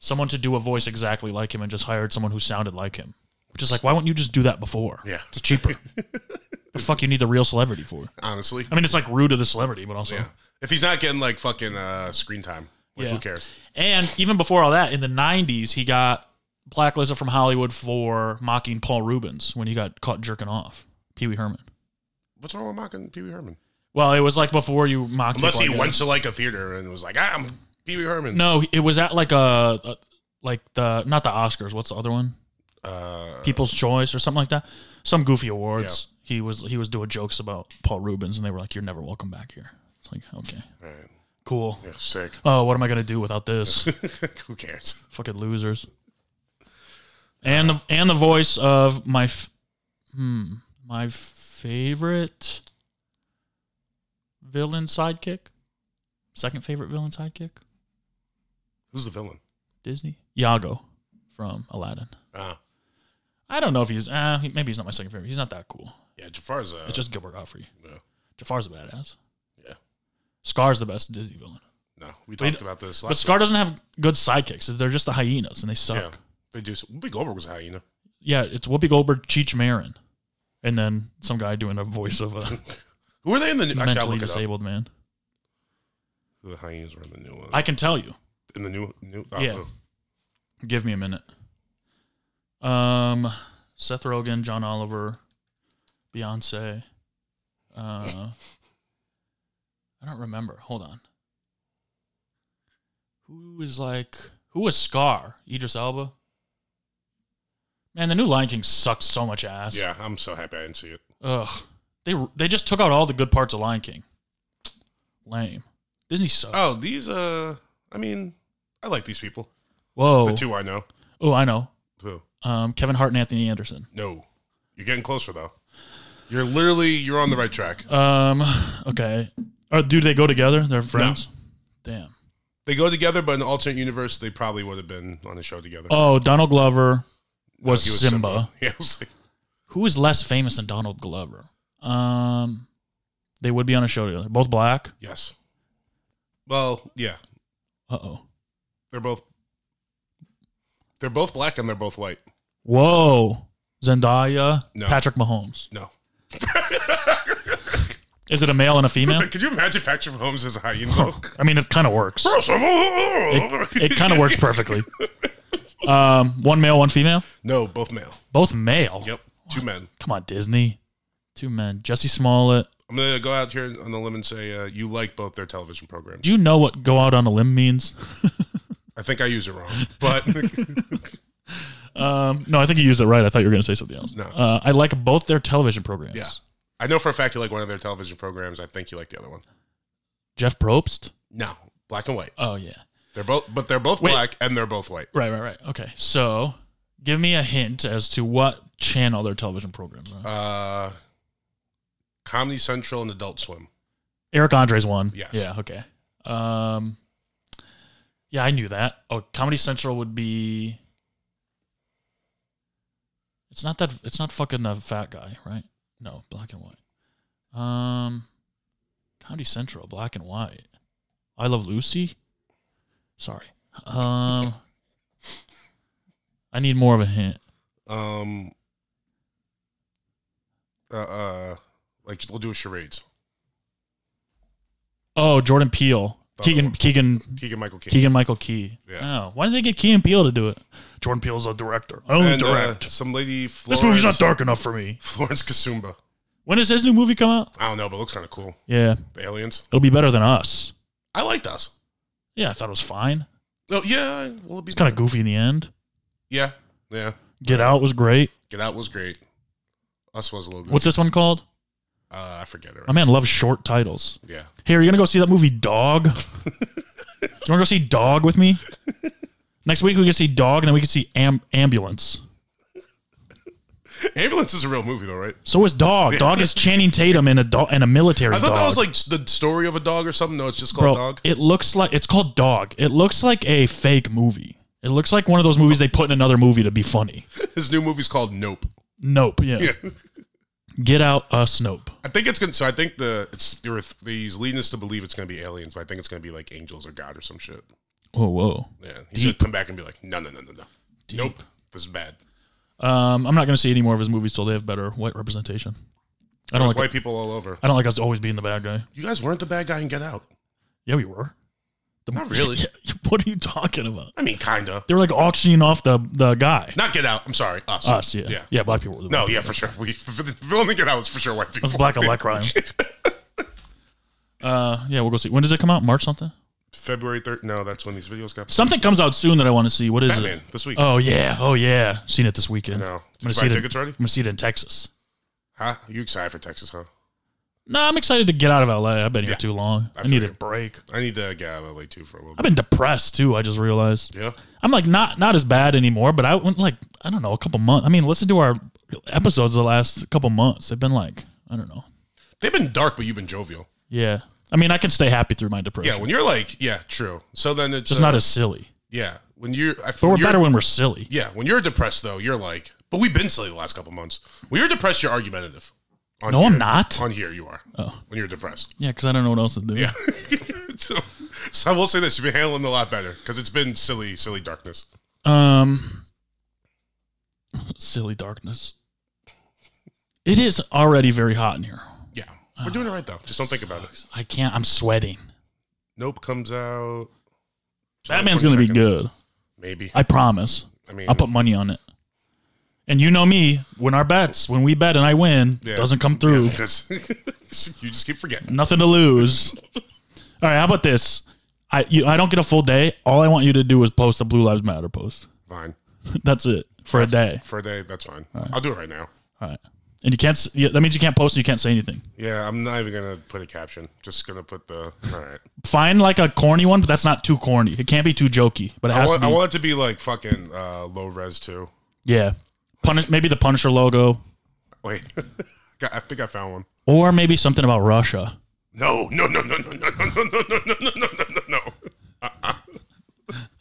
someone to do a voice exactly like him, and just hired someone who sounded like him. Which is like, why wouldn't you just do that before?
Yeah.
it's cheaper. the fuck you need the real celebrity for?
Honestly.
I mean, it's like rude to the celebrity, but also,
Yeah. If he's not getting like fucking uh, screen time, like,
Yeah.
who cares?
and even before all that, in the '90s, he got blacklisted from Hollywood for mocking Paul Rubens when he got caught jerking off Pee Wee Herman.
What's wrong with mocking Pee Wee Herman?
Well, it was like before you mocked.
Unless
people,
he
I
went
guess.
to like a theater and was like, "Ah, I'm Pee Wee Herman.
No, it was at like a, a- like the not the Oscars. What's the other one?
Uh,
People's Choice or something like that. Some goofy awards. He was he was doing jokes about Paul Rubens, and they were like, "You're never welcome back here." It's like, okay,
all right.
cool.
Yeah, sick.
Oh, what am I gonna do without this?
who cares?
Fucking losers. And the and the voice of my f- hmm my favorite villain sidekick, second favorite villain sidekick,
Who's the villain?
Disney Yago from Aladdin.
Uh,
I don't know if he's uh, he- maybe he's not my second favorite. He's not that cool.
yeah, Jafar's. Uh,
It's just Gilbert Godfrey.
yeah.
Jafar's a badass.
Yeah.
Scar's the best Disney villain.
No, we talked about this last
But Scar doesn't have good sidekicks. They're just the hyenas and they
Yeah,
suck.
they do. so- Whoopi Goldberg was a hyena.
Yeah, it's Whoopi Goldberg, Cheech Marin, and then some guy doing a voice of a
Who were they in the new? Actually, I'll
mentally
look it up.
disabled man.
Who The hyenas were in the new one.
I can tell you.
in the new new.
Yeah.
oh,
Give me a minute. Um, Seth Rogen, John Oliver, Beyonce. Uh, I don't remember. Hold on. Who is like who was Scar? Idris Elba. Man, the new Lion King sucks so much ass.
yeah, I'm so happy I didn't see it.
Ugh. They they just took out all the good parts of Lion King. Lame. Disney sucks.
Oh, these. Uh, I mean, I like these people.
Whoa.
The two I know.
Oh, I know.
Who?
Um, Kevin Hart and Anthony Anderson.
No, you're getting closer though. You're literally you're on the right track.
Um. Okay. Or do they go together? They're friends. Damn.
They go together, but in the alternate universe, they probably would have been on the show together.
Oh, Donald Glover
No,
was,
he
Simba.
Yeah, I was like,
Who is less famous than Donald Glover? Um, they would be on a show together. Both black.
yes. Well, yeah,
Uh oh.
they're both. They're both black and they're both white.
Whoa. Zendaya.
No.
Patrick Mahomes.
No,
Is it a male and a female?
could you imagine Patrick Holmes as a hyena?
I mean, it kind of works. Oh, It, it kind of works perfectly. Um, one male, one female.
no, both male.
Both male.
Yep, two men.
Come on, Disney. Two men. Jesse Smollett.
I'm gonna go out here on the limb and say uh, you like both their television programs.
Do you know what go out on a limb means?
I think I use it wrong, but
Um, no, I think you used it right. I thought you were going to say something else.
No.
Uh, I like both their television programs.
yeah, I know for a fact you like one of their television programs. I think you like the other one.
Jeff Probst.
No, black and white.
Oh, yeah.
They're both, but they're both
Wait.
black and they're both white.
Right, right, right. Okay. So give me a hint as to what channel their television programs are.
Uh, Comedy Central and Adult Swim.
Eric Andre's one.
Yes.
Yeah, okay. Um, yeah, I knew that. Oh, Comedy Central would be. It's not that. It's not fucking the fat guy, right? No, black and white. Um, Comedy Central, black and white. I Love Lucy. Sorry. Um, I need more of a hint.
Um, uh, uh, like we'll do charades.
Oh, Jordan Peele,
Thought
Keegan,
it was-
Keegan,
Keegan Michael Key.
Keegan Michael Key.
Yeah.
Oh, why did they get Keegan Peele to do it? Jordan Peele's a director. I only
and uh,
oh, direct.
some lady. Florence,
this movie's not dark enough for me.
Florence Kasumba.
When does his new movie come out?
I don't know, but it looks kind of cool.
Yeah,
Aliens.
it'll be better than us.
I liked us.
Yeah, I thought it was fine.
Oh yeah, well it be
It's kind of goofy in the end.
yeah yeah.
Get Out was great.
Get Out was great. Us was a little. Good.
What's this one called?
uh, I forget it.
My man loves short titles.
yeah,
Hey, are you gonna go see that movie Dog? Do you wanna go see Dog with me? Next week we can see Dog, and then we can see Am- Ambulance.
Ambulance is a real movie though, right?
So is Dog. Dog is Channing Tatum and a dog and a military.
I thought that
dog.
was like the story of a dog or something. No, it's just
Bro,
called Dog.
it looks like it's called Dog. It looks like a fake movie. It looks like one of those movies they put in another movie to be funny.
His new movie's called Nope.
Nope. Yeah.
Yeah.
Get out uh, us. Nope.
I think it's gonna. So I think the it's there were th- he's leading us to believe it's gonna be aliens, but I think it's gonna be like angels or God or some shit.
Oh whoa.
Yeah, he's gonna come back and be like, no, no, no, no, no,
Deep.
nope, this is bad.
Um, I'm not gonna see any more of his movies till they have better white representation. I don't
There's
like.
white people all over.
I don't like us always being the bad guy.
You guys weren't the bad guy and Get Out.
Yeah, we were. The-
Not really.
Yeah, what are you talking about?
I mean, kinda.
They were like auctioning off the the guy.
Not Get Out. I'm sorry, us.
Us. Yeah.
Yeah.
Black people. Were the
No,
bad
yeah,
guys.
for sure. We the villain in Get Out was for sure white people.
It was black and black crime. uh, yeah, we'll go see. When does it come out? March something.
February third. No, that's when these videos got.
Something comes out soon that I want to see. What is it?
Batman this week.
Oh yeah, oh yeah. Seen it this weekend.
No.
I'm gonna
Did you
see
buy
it. in-
tickets already?
I'm gonna see it in Texas.
Huh? You excited for Texas? Huh?
No, I'm excited to get out of LA. I've been here
Yeah.
too long. I,
I
need a
figured.
break.
I need to get out of LA too for a little
I've
bit.
been depressed too. I just realized.
Yeah.
I'm like not not as bad anymore, but I went like I don't know a couple months. I mean, listen to our episodes the last couple months. They've been like I don't know.
They've been dark, but you've been jovial.
Yeah, I mean, I can stay happy through my
Yeah,
depression.
when you're like, yeah, true. So then it's
just
uh,
not as silly.
Yeah, when you're, I
But
feel
we're better when we're silly.
yeah, when you're depressed though, you're like, but we've been silly the last couple months. When you're depressed, you're argumentative. On
No, I'm
here.
not.
On here, you are. Oh. When you're depressed.
Yeah, because I don't know what else to do.
Yeah. so, so I will say this: you've been handling it a lot better because it's been silly, silly darkness.
Um, silly darkness. It is already very hot in here.
Yeah, we're doing it right though. Just don't think about it.
I can't. I'm sweating.
Nope comes out. July
Batman's gonna be
22nd.
good.
Maybe. I,
I promise.
mean,
I'll put money on it. And you know me, when our bets, when we bet and I win,
Yeah.
doesn't come through.
because you just keep forgetting.
Nothing to lose. All right, how about this? I you, I don't get a full day. All I want you to do is post a Blue Lives Matter post.
Fine.
That's it for a day.
For a day, that's fine. I'll do it right now.
All right. And you can't. s- Yeah, that means you can't post. and You can't say anything.
Yeah, I'm not even gonna put a caption. Just gonna put the. All right.
Find like a corny one, but that's not too corny. It can't be too jokey, but it
I
has
want,
to
I
be.
want it to be like fucking uh, low res too.
yeah. Punish maybe the Punisher logo,
Wait, Got- I think I found one.
or maybe something about Russia.
No, no, no, no, no, no, no, no, no, no, no, no, no, no, no.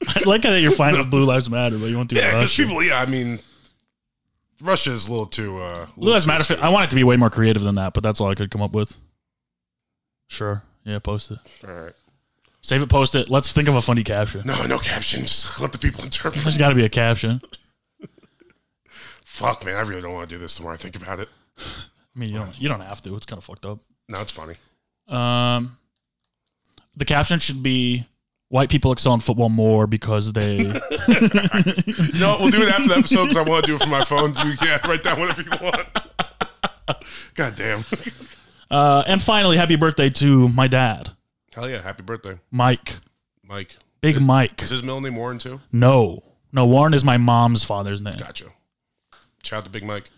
I like that you're fine with Blue Lives Matter, but you want to do
Yeah, because
Russia.
people. Yeah, I mean, Russia is a little too. Uh,
Blue Lives Matter. fit- I want it to be way more creative than that, but that's all I could come up with. Sure. Yeah, post it.
All right.
Save it, post it. Let's think of a funny caption.
No, no captions. Let the people interpret.
There's got to be a caption.
Fuck, man, I really don't want to do this. The more I think about it,
I mean, you don't, you don't have to. It's kind of fucked up.
now it's funny.
Um, the caption should be white people excel in football more because they.
You know what? We'll do it after the episode because I want to do it from my phone. You can write down whatever you want. God damn.
uh, and finally, happy birthday to my dad,
Hell yeah! Happy birthday,
Mike.
Mike.
Big
Is-
Mike.
Is his middle name Warren too?
No. No, Warren is my mom's father's name.
Gotcha. Shout out to Big Mike.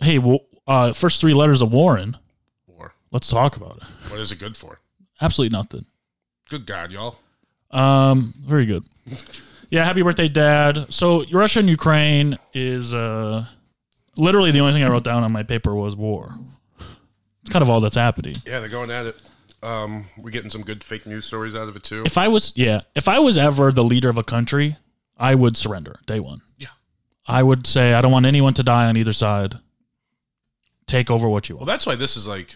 Hey, well, uh, first three letters of Warren.
War.
Let's talk about it.
What is it good for?
Absolutely nothing.
Good God, y'all.
Um, very good. Yeah, happy birthday, Dad. So Russia and Ukraine is uh, literally the only thing I wrote down on my paper was war. It's kind of all that's happening.
Yeah, they're going at it. Um, we're getting some good fake news stories out of it too.
If I was, yeah, if I was ever the leader of a country, I would surrender day one.
Yeah.
I would say I don't want anyone to die on either side. Take over what you
Well,
want.
that's why this is like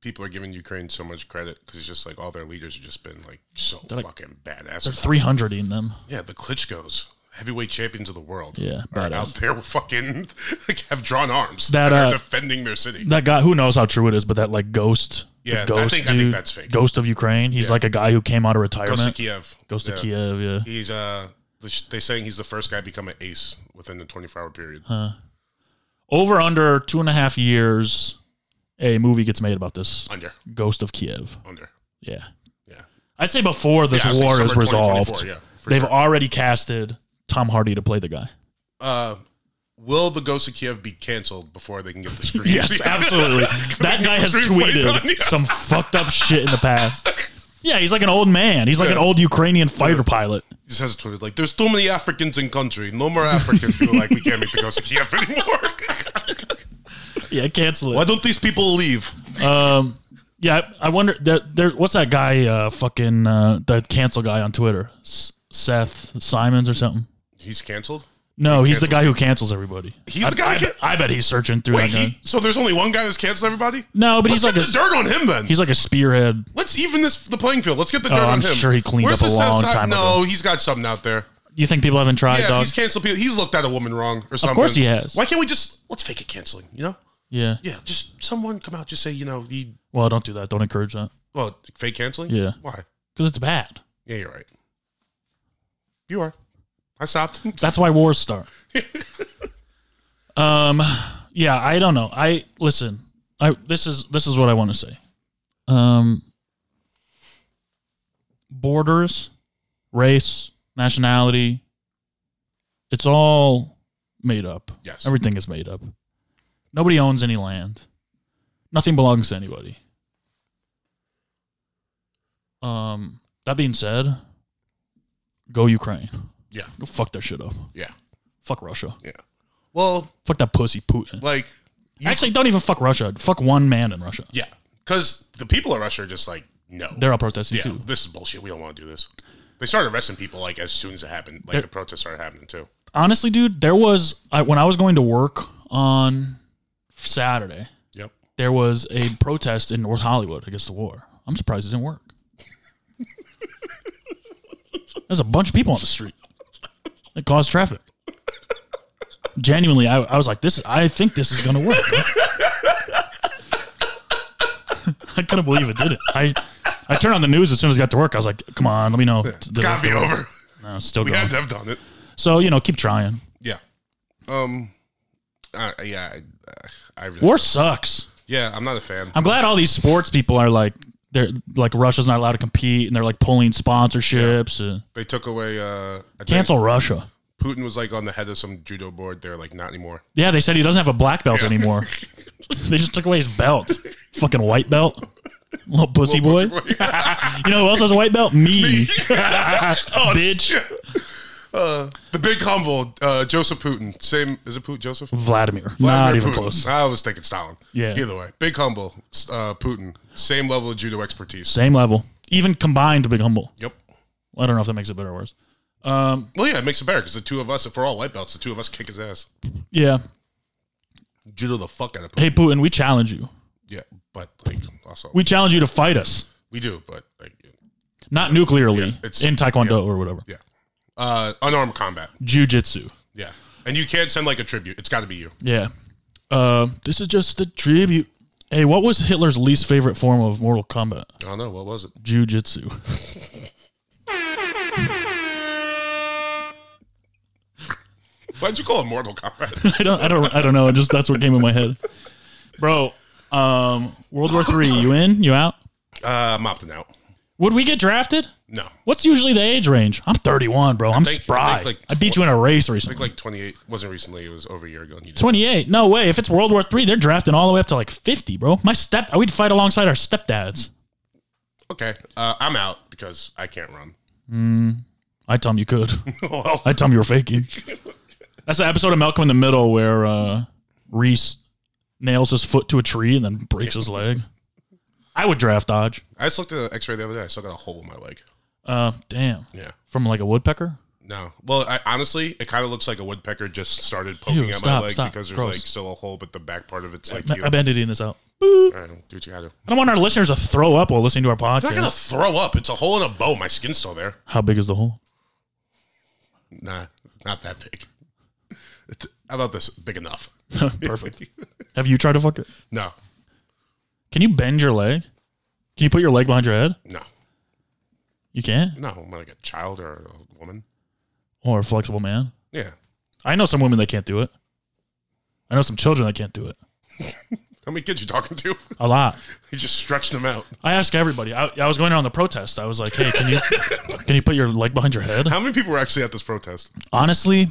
people are giving Ukraine so much credit because it's just like all their leaders have just been like so
like-
fucking badass.
They're three hundred in them.
yeah, the Klitschko's heavyweight champions of the world.
Yeah,
are
badass.
out there fucking like, have drawn arms
That,
and are
uh,
defending their city.
That guy, who knows how true it is, but that like ghost, the
Yeah, I
ghost
think- I
dude,
think that's fake.
ghost of Ukraine. He's like a guy who came out of retirement,
Goes to Kiev.
goes to
Yeah.
Kiev. Yeah,
He's uh, they're saying he's the first guy to become an ace within a 24 hour period.
over under two and a half years, a movie gets made about this
Under,
ghost of Kiev.
under.
Yeah,
Yeah.
I'd say before this
Yeah, I'd say
war is
summer 2024,
resolved,
yeah, for
they've
sure.
already casted Tom Hardy to play the guy.
Uh, will the Ghost of Kiev be canceled before they can get the screen?
Yes, absolutely. that guy has
Screenplay done, yeah.
tweeted some fucked up shit in the past. Yeah, he's like an old man. He's like an old Ukrainian fighter pilot.
He just has a tweet like, "There's too many Africans in country. No more Africans." People are like, "We can't make the Ghost of Kiev anymore."
Yeah, cancel it.
Why don't these people leave?
Um, yeah, I, I wonder. There, there, what's that guy? Uh, fucking uh, the cancel guy on Twitter, S- Seth Simons or something.
He's canceled.
No, he's the guy who cancels everybody.
He's
I,
the guy
I,
who
bet- I bet he's searching through
Wait,
that guy.
he, so there's only one guy that's canceled everybody.
no, but he's
Let's
like
get
a
the dirt on him then.
he's like a spearhead.
Let's even this the playing field. Let's get the dirt
Oh,
on
I'm
him.
sure he cleaned up
the
a
Seth
long
Simon-
time
No, he's got something out there.
You think people haven't tried,
Yeah, if
dog?
he's canceled people. He's looked at a woman wrong or something.
course he has.
Why can't we just let's fake it canceling? You know?
Yeah.
Yeah, just someone come out, just say you know he
Well, don't do that. Don't encourage that
well fake canceling.
Yeah.
Why?
because it's bad.
Yeah, you're right. You are. I stopped.
That's why wars start. um, yeah, I don't know. I listen. I this is this is what I want to say. Um, borders, race, nationality. It's all made up.
Yes.
everything is made up. Nobody owns any land. Nothing belongs to anybody. Um, that being said, go Ukraine.
Yeah,
Go fuck that shit up.
yeah,
Fuck Russia.
yeah. Well,
Fuck that pussy Putin.
like you,
Actually, don't even fuck Russia. Fuck one man in Russia.
yeah, because the people of Russia are just like no.
They're all protesting
yeah,
too.
this is bullshit. We don't want to do this. They started arresting people like as soon as it happened. Like the protests started happening too.
Honestly, dude, there was I, when I was going to work on Saturday,
Yep.
there was a protest in North Hollywood against the war. I'm surprised it didn't work. There's a bunch of people on the street. It caused traffic. Genuinely, I, I was like, "This, I think this is gonna work." I couldn't believe it did it. I, I turned on the news as soon as I got to work. I was like, "Come on, let me know."
It's gotta be over.
No, it's still
We
going.
had to have done it.
So you know, keep trying.
Yeah. Um. Uh, yeah. I, I really.
War sucks.
Yeah, I'm not a fan.
I'm glad all these sports people are like they're like Russia's not allowed to compete and they're like pulling sponsorships. and
they took away. Uh, I think
Cancel Russia.
Putin was like on the head of some judo board. They're like, not anymore.
Yeah, they said he doesn't have a black belt anymore. they just took away his belt. Fucking white belt. Little pussy boy. You know who else has a white belt? Me. Oh, Bitch.
Uh, the big humble, uh, Joseph Putin. Same is it Putin? Joseph?
Vladimir. Not
Vladimir
even
Putin.
close.
I was thinking Stalin.
Yeah.
Either way, big humble, uh, Putin. Same level of judo expertise.
Same level. Even combined, Big Humble.
Yep.
I don't know if that makes it better or worse. Um,
Well, yeah, it makes it better because the two of us, if we're all white belts, the two of us kick his ass.
yeah.
Judo the fuck out of Putin.
Hey, Putin, we challenge you.
Yeah, but like also we,
We challenge you to fight us,
do, but like
not nuclearly,
it's-
in Taekwondo
yeah.
or whatever.
yeah, uh, unarmed combat.
Jiu Jitsu.
Yeah, and you can't send like a tribute. It's got to be you.
Yeah. Uh, this is just a tribute. Hey, what was Hitler's least favorite form of Mortal Kombat?
I don't know what was it.
Jiu-jitsu.
Why'd you call it Mortal Uh, Kombat?
I don't, I don't, I don't know. It just that's what came in my head, bro. Um, World War Three. You in? You out?
uh, I'm opting out.
Would we get drafted?
No,
What's usually the age range? I'm 31, bro. I'm
think- I
spry. I,
think, like,
beat you in a race
I
recently.
think like 28 wasn't recently. It was over a year ago. And you did.
28. No way. If it's World War Three, they're drafting all the way up to like 50, bro. My step, we'd fight alongside our stepdads.
Okay, uh, I'm out because I can't run.
I tell them you could.
well,
I tell them you were faking. That's the episode of Malcolm in the Middle where uh, Reese nails his foot to a tree and then breaks his leg. I would draft Dodge.
I just looked at an X-ray the other day. I still got a hole in my leg.
Uh, damn.
Yeah.
From like a woodpecker?
No. Well, I, honestly, it kind of looks like a woodpecker just started poking
Ew,
at
stop,
my leg
stop.
because there's
Gross.
like still a hole, but the back part of it's like
I-
you.
I'm editing this out.
All right, do what you gotta do.
I don't want our listeners to throw up while listening to our
I'm not gonna
podcast.
throw up. It's a hole in a bow. My skin's still there.
How big is the hole?
Nah, not that big. It's, how about this? Big enough.
Perfect. Have you tried to fuck it?
No,
Can you bend your leg? Can you put your leg behind your head?
no,
You can't?
no. I'm like a child or a woman.
Or a flexible man?
Yeah.
I know some women that can't do it. I know some children that can't do it.
How many kids you talking to?
A lot.
you just stretching them out.
I asked everybody. I, I was going around the protest. I was like, "Hey, can you can you put your leg behind your head?"
How many people were actually at this protest?
Honestly,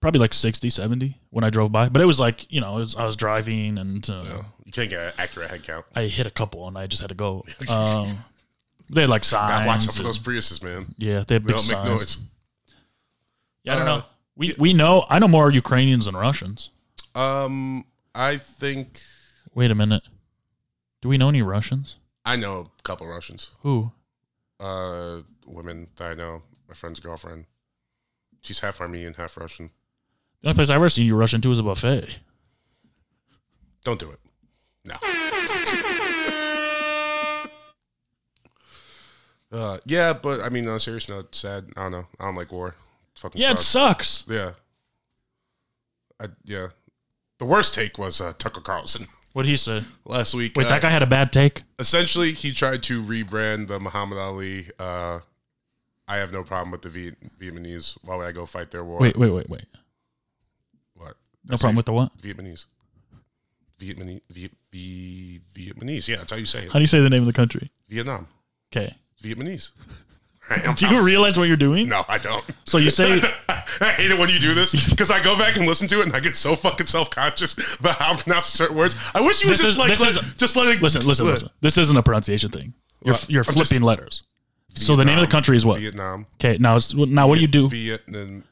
probably like 60, 70 when I drove by. But it was like, you know, it was, I was driving and uh,
You can't get an accurate head count.
I hit a couple and I just had to go. Um, they had like
God,
signs.
watch out for
and-
those Priuses, man.
yeah, they had
They
big
don't make
signs.
noise.
Yeah, I don't
Uh,
know. We we know. I know more Ukrainians than Russians.
Um, I think
Wait a minute. Do we know any Russians?
I know a couple Russians.
Who?
Uh, women that I know, my friend's girlfriend. She's half Armenian, half Russian.
The only place I've ever seen you Russian to is a buffet.
Don't do it. No. Uh, yeah, but I mean, on a serious note, it's sad. I don't know. I don't like war. It fucking
Yeah, it
sucks.
sucks.
yeah. I, yeah. The worst take was uh, Tucker Carlson
What he said.
last week.
Wait,
uh,
that guy had a bad take.
essentially he tried to rebrand the Muhammad Ali. Uh, I have no problem with the Viet- Vietnamese. Why would I go fight their war?
Wait, wait, wait, wait.
What?
No problem with the what?
Vietnamese. Vietnamese. Viet- v- Vietnamese. Yeah, that's how you say
How
it.
do you say the name of the country?
Vietnam.
Okay.
Vietnamese. I'm-
Do you realize what you're doing?
No, I don't.
So you say
I hate it when you do this because I go back and listen to it and I get so fucking self conscious about how I pronounce certain words. I wish you would
This
just
is-
like
this
let,
is-
just let it
listen, listen, listen. This isn't a pronunciation thing. You're
What?
you're
I'm
flipping
just-
letters. So the name of the country is what?
Vietnam.
Okay, now it's now what do you do?
Vietnam.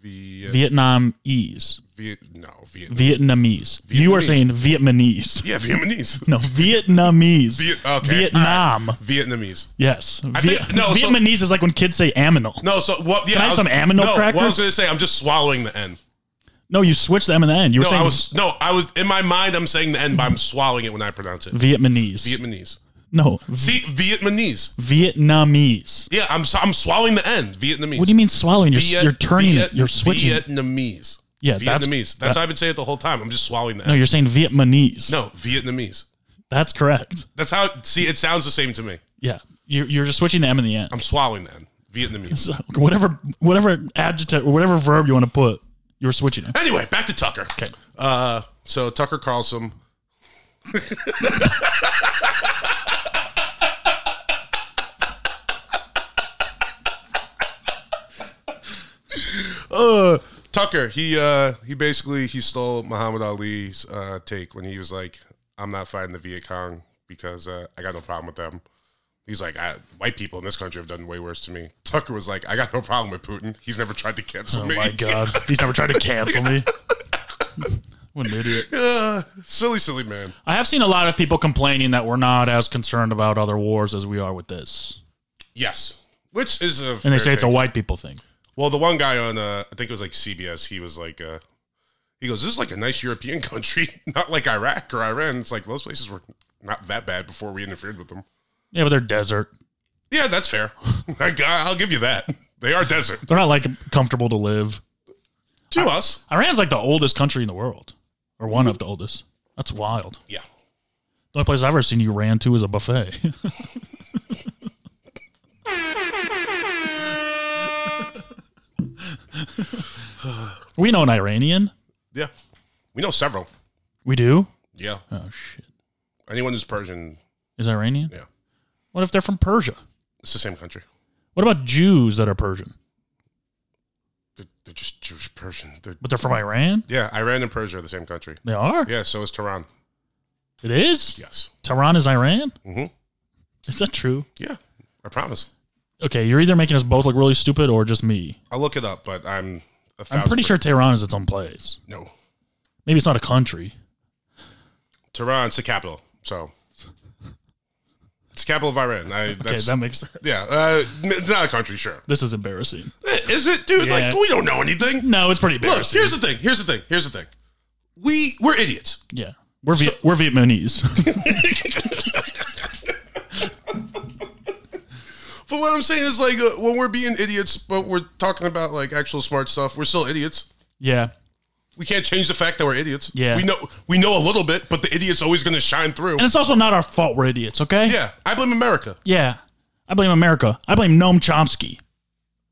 Viet,
Vietnamese.
Viet, no, Vietnam.
Vietnamese. You are
Vietnamese.
saying Vietnamese.
Yeah, Vietnamese.
No, Vietnamese.
Viet- okay,
Vietnam.
Vietnamese.
Yes. Viet-
think- no, so-
Vietnamese is like when kids say aminal.
No, so what? Yeah,
I have
was-
some amino
no, What I was
crackers?
gonna say, I'm just swallowing the N.
No, you switched the M and the N. You were
No,
saying
I was no, I was in my mind. I'm saying the N, but I'm swallowing it when I pronounce it.
Vietnamese.
Vietnamese.
no,
See, Vietnamese.
Vietnamese.
Yeah, I'm so- I'm swallowing the N. Vietnamese.
What do you mean swallowing? You're,
Viet-
you're turning
Viet-
it. You're switching. it.
Vietnamese.
Yeah, that's-
Vietnamese. That's, how I've been saying it the whole time. I'm just swallowing that.
no,
No,
you're saying Vietnamese.
Vietnamese.
that's correct.
That's how. See, it sounds the same to me.
Yeah, you're, you're just switching the M and the N.
I'm swallowing that. Vietnamese.
So, whatever whatever adjective or whatever verb you want to put, you're switching it.
Anyway, back to Tucker. Okay. Uh, so Tucker Carlson. uh, Tucker, he uh, he basically he stole Muhammad Ali's uh, take when he was like, "I'm not fighting the Viet Cong because uh, I got no problem with them." He's like, I, "White people in this country have done way worse to me." Tucker was like, "I got no problem with Putin. He's never tried to cancel me."
he's never tried to cancel me. what an idiot.
Uh, silly, silly man.
I have seen a lot of people complaining that we're not as concerned about other wars as we are with this.
Yes. Which is a.
And they say it's a white people thing.
Well, the one guy on, uh, I think it was like CBS, he was like, uh, he goes, this is like a nice European country, not like Iraq or Iran. It's like those places were not that bad before we interfered with them.
Yeah, but they're desert.
Yeah, that's fair. I, I'll give you that. They are desert
They're not like comfortable to live.
to us.
Iran's like the oldest country in the world, or one of the oldest. That's wild.
Yeah.
The only place I've ever seen you ran to is a buffet. we know an Iranian.
Yeah. We know several.
We do.
Yeah.
Oh shit!
Anyone who's Persian,
Is Iranian?
Yeah.
What if they're from Persia?
it's the same country.
What about Jews that are Persian,
They're, they're just Jewish Persian. They're,
but they're from Iran?
yeah, Iran and Persia are the same country.
They are.
Yeah, so is Tehran.
It is.
Yes.
Tehran is Iran.
hmm
Is that true?
Yeah, I promise.
Okay, you're either making us both look really stupid or just me.
I'll look it up, but I'm. A
I'm
thousand
pretty
per-
sure Tehran is its own place.
No,
Maybe it's not a country.
Tehran's the capital, so it's the capital of Iran. I
Okay,
that's,
that makes sense.
yeah, uh, it's not a country, sure. Eh,
This is embarrassing.
Is it, dude?
Yeah.
Like we don't know anything.
No, it's pretty
Look,
embarrassing.
here's the thing. Here's the thing. Here's the thing. We we're idiots.
yeah, we're Viet we're Vietnamese.
But what I'm saying is like uh, when we're being idiots, but we're talking about like actual smart stuff, we're still idiots.
yeah,
We can't change the fact that we're idiots.
Yeah.
we know we know a little bit, but the idiot's always going to shine through.
and it's also not our fault we're idiots. Okay.
Yeah, I blame America.
Yeah. I blame America. I blame Noam Chomsky.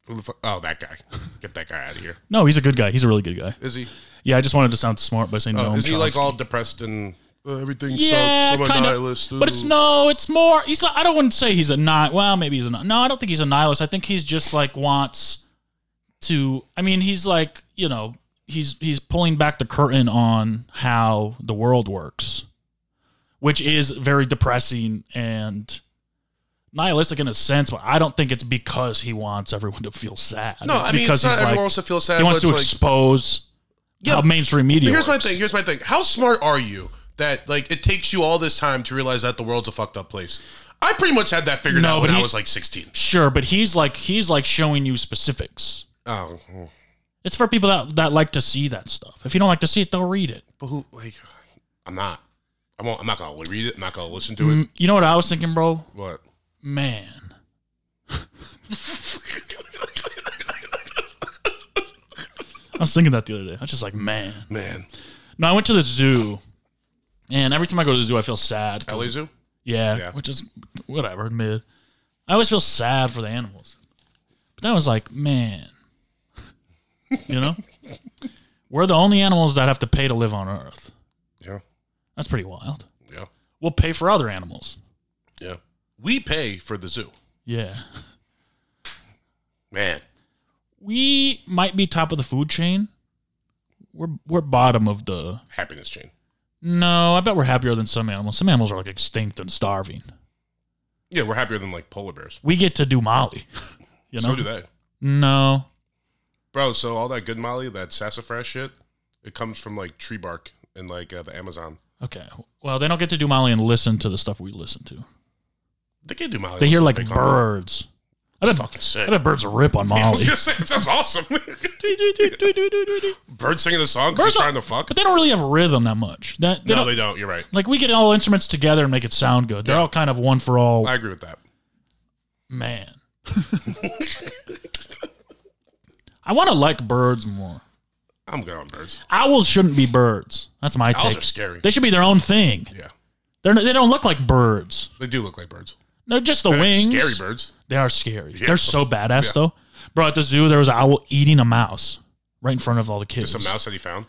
Who the fuck? Oh, that guy. Get that guy out of here.
No, he's a good guy. He's a really good guy.
Is he?
Yeah, I just wanted to sound smart by saying
Oh,
Noam
is he
Chomsky.
like all depressed and uh, everything
yeah,
sucks? I'm a
kind
nihilist.
of. But it's
ooh.
no, it's more. He's. I don't want to say he's a not. Well, maybe he's a not. No, I don't think he's a nihilist. I think he's just like wants to. I mean, he's like you know, he's he's pulling back the curtain on how the world works, which is very depressing and nihilistic in a sense. But I don't think it's because he wants everyone to feel sad.
No,
It's
I mean,
because
it's not
he's
everyone
like-
wants to feel sad.
he wants
but
to
it's like,
expose how mainstream media.
but here's my
works.
thing. Here's my thing. How smart are you that like it takes you all this time to realize that the world's a fucked up place? I pretty much had that figured
No,
out
but
when I
he-
was like 16.
Sure, but he's like he's like showing you specifics.
Oh,
It's for people that, that like to see that stuff. If you don't like to see it, they'll read it.
but who? Like, I'm not. I won't, I'm not gonna read it. I'm not gonna listen to it.
Mm, You know what I was thinking, bro?
What?
Man, I was thinking that the other day. I was just like, man.
Man,
No, I went to the zoo, and every time I go to the zoo, I feel sad. 'cause-
LA Zoo.
Yeah,
Yeah.
which is whatever, mid. I always feel sad for the animals. But that was like, man. you know? We're the only animals that have to pay to live on Earth.
Yeah,
That's pretty wild.
yeah,
We'll pay for other animals.
yeah. We pay for the zoo,
Yeah.
man.
We might be top of the food chain. We're we're bottom of the
Happiness chain.
No, I bet we're happier than some animals. Some animals are like extinct and starving.
Yeah, we're happier than like polar bears.
We get to do Molly. You know?
So do they.
No.
Bro, so all that good Molly, that sassafras shit, it comes from like tree bark and like uh, the Amazon.
Okay. Well, they don't get to do Molly and listen to the stuff we listen to.
They can do Molly.
They hear
listen to Big
like
Hollow.
birds. I bet,
Fucking sick.
I bet birds rip on
I was
Molly.
just saying, it sounds awesome.
but
Bird singing the song because
Birds
he's
are-
trying to fuck.
they don't really have rhythm that much. That they
No,
don't,
they don't. You're right.
like we get all instruments together and make it sound good. They're all kind of one for all.
I agree with that.
Man, I want to like birds more.
I'm good on birds.
Owls shouldn't be birds. That's my
Owls
take.
are scary.
They should be their own thing.
Yeah.
They're, they don't look like birds.
They do look like birds.
They're just the
They're
wings.
Scary birds.
They are scary.
Yeah.
They're so badass
Yeah.
though. Bro, at the zoo there was an owl eating a mouse right in front of all the kids.
Just a mouse that he found.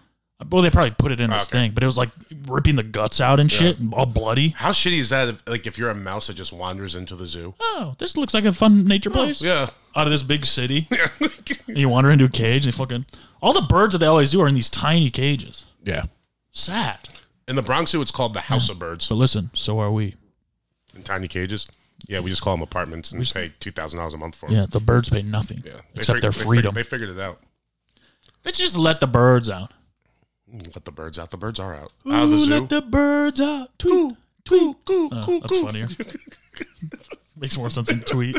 Well, they probably put it in this
Okay.
thing, but it was like ripping the guts out and shit, and all bloody.
How shitty is that? If, like if you're a mouse that just wanders into the zoo.
Oh, this looks like a fun nature place.
Oh, Yeah.
Out of this big city,
yeah.
and you wander into a cage, and they fucking all the birds that they always do are in these tiny cages. Sad.
In the Bronx Zoo, it's called the House of Birds.
But listen, so are we.
In tiny cages. Yeah, we just call them apartments and pay two thousand dollars a month for them.
Yeah, the birds pay nothing
Yeah. They
except
fig-
their
they fig-
freedom.
They figured it out.
Let's just let the birds out.
Mm, Let the birds out. The birds are out. Out of the
Ooh,
zoo.
Let the birds out. Tweet.
Coo, coo,
Oh,
coo,
that's
coo.
funnier. Makes more sense than tweet.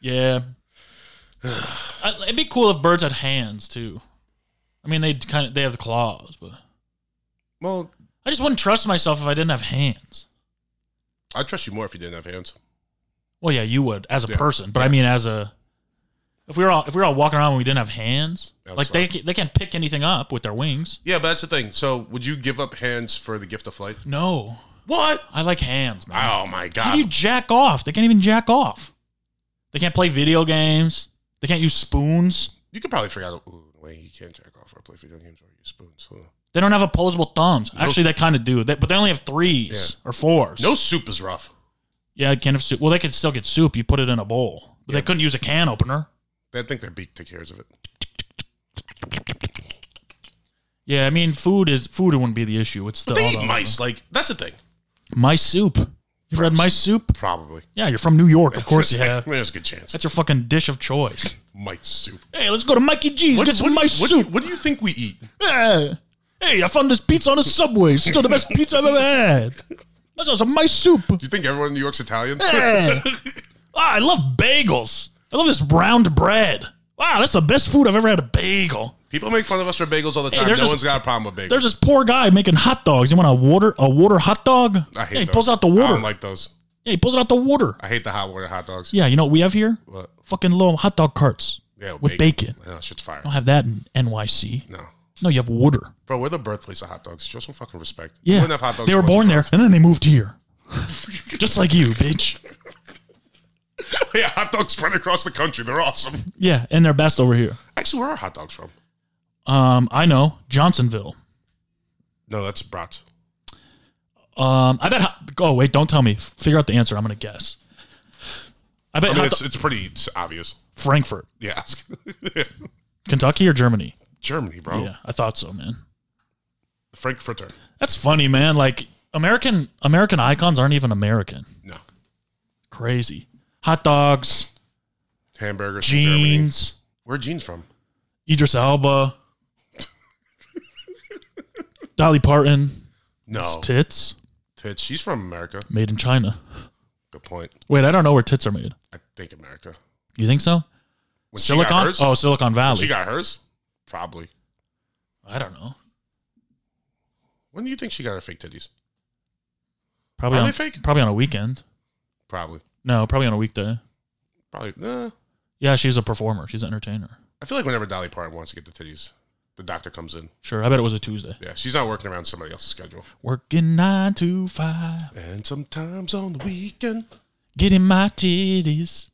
yeah. I, it'd be cool if birds had hands too. I mean, they kind of they have the claws, but
Well,
I just wouldn't trust myself if I didn't have hands.
I would trust you more if you didn't have hands.
Well, yeah, you would as a
Yeah.
person, but I mean, as a if we were all if we were all walking around and we didn't have hands,
That
like
would
they ca- they can't pick anything up with their wings.
Yeah, but that's the thing. So, would you give up hands for the gift of flight?
No,
What?
I like hands, man.
Oh my
How do you
god!
jack off? They can't even jack off. They can't play video games. They can't use spoons.
You could probably figure out. Ooh, wait, you can't jack off or play video games or use spoons. huh?
They don't have opposable thumbs. Actually, they kind of do, they, but they only have threes or fours.
No soup is rough.
Yeah, they can't have soup. Well, they could still get soup. You put it in a bowl, but they couldn't use a can opener.
I think their beak takes care of it.
Yeah, I mean, food is food. Wouldn't be the issue. It's the
They
all
eat
the-
mice. Like that's the thing.
My soup. You've read my soup?
Probably.
Yeah, you're from New York, of course. you
yeah.
have.
There's a good chance.
That's your fucking dish of choice.
mice soup.
Hey, let's go to Mikey G's. get some
do you-
mice
what do you-
soup.
what do you think we eat?
Yeah. Hey, I found this pizza on the subway. It's Still the best pizza I've ever had. That's also my soup.
Do you think everyone in New York's Italian?
Yeah. Ah, I love bagels. I love this round bread. Wow, that's the best food I've ever had. A bagel.
People make fun of us for bagels all the time.
there's
no
this-
one's got a problem with bagels.
There's this poor guy making hot dogs. You want a water a water hot dog?
I hate
yeah, he
those.
pulls out the
I
water.
don't like those.
yeah, he pulls out the water.
I hate the hot water hot dogs.
Yeah, you know what we have here?
What?
Fucking little hot dog carts.
Yeah,
With bacon. Oh,
No, shit's fire.
don't have that in NYC.
No.
No, you have water.
Bro, we're the birthplace of hot dogs. Show some fucking respect. We
Yeah,
wouldn't have hot dogs
they were
if it
born
wasn't
there, and then they moved here, just like you, bitch.
for- yeah, hot dogs spread across the country. They're awesome.
Yeah, and they're best over here.
Actually, where are hot dogs from?
Um, I know Johnsonville.
No, that's brats.
Um, I bet. Hot, oh wait, don't tell me. Figure out the answer. I'm gonna guess. I bet
I mean,
hot
it's,
do-
it's pretty it's obvious.
Frankfurt,
Yeah. ask-
Kentucky, or Germany.
Germany, bro.
Yeah, I thought so, man.
Frankfurter.
That's funny, man. Like American American icons aren't even American.
No.
Crazy. Hot dogs,
Hamburgers from Germany.
jeans,
Where are jeans from?
Idris Elba, Dolly Parton,
No.
tits
Tits. She's from America.
made in China.
Good point.
Wait, I don't know where tits are made.
I think America.
You think so?
When She got
Silicon?
hers,
Oh, Silicon Valley.
she got hers? Probably.
I don't know.
When do you think she got her fake titties?
Probably
Are
on
they fake?
probably on a weekend.
Probably.
No, probably on a weekday.
Probably. Nah.
Yeah, she's a performer. She's an entertainer.
I feel like whenever Dolly Parton wants to get the titties, the doctor comes in.
Sure, I bet it was a Tuesday.
Yeah, she's not working around somebody else's schedule.
Working nine to five,
And sometimes on the weekend,
getting my titties.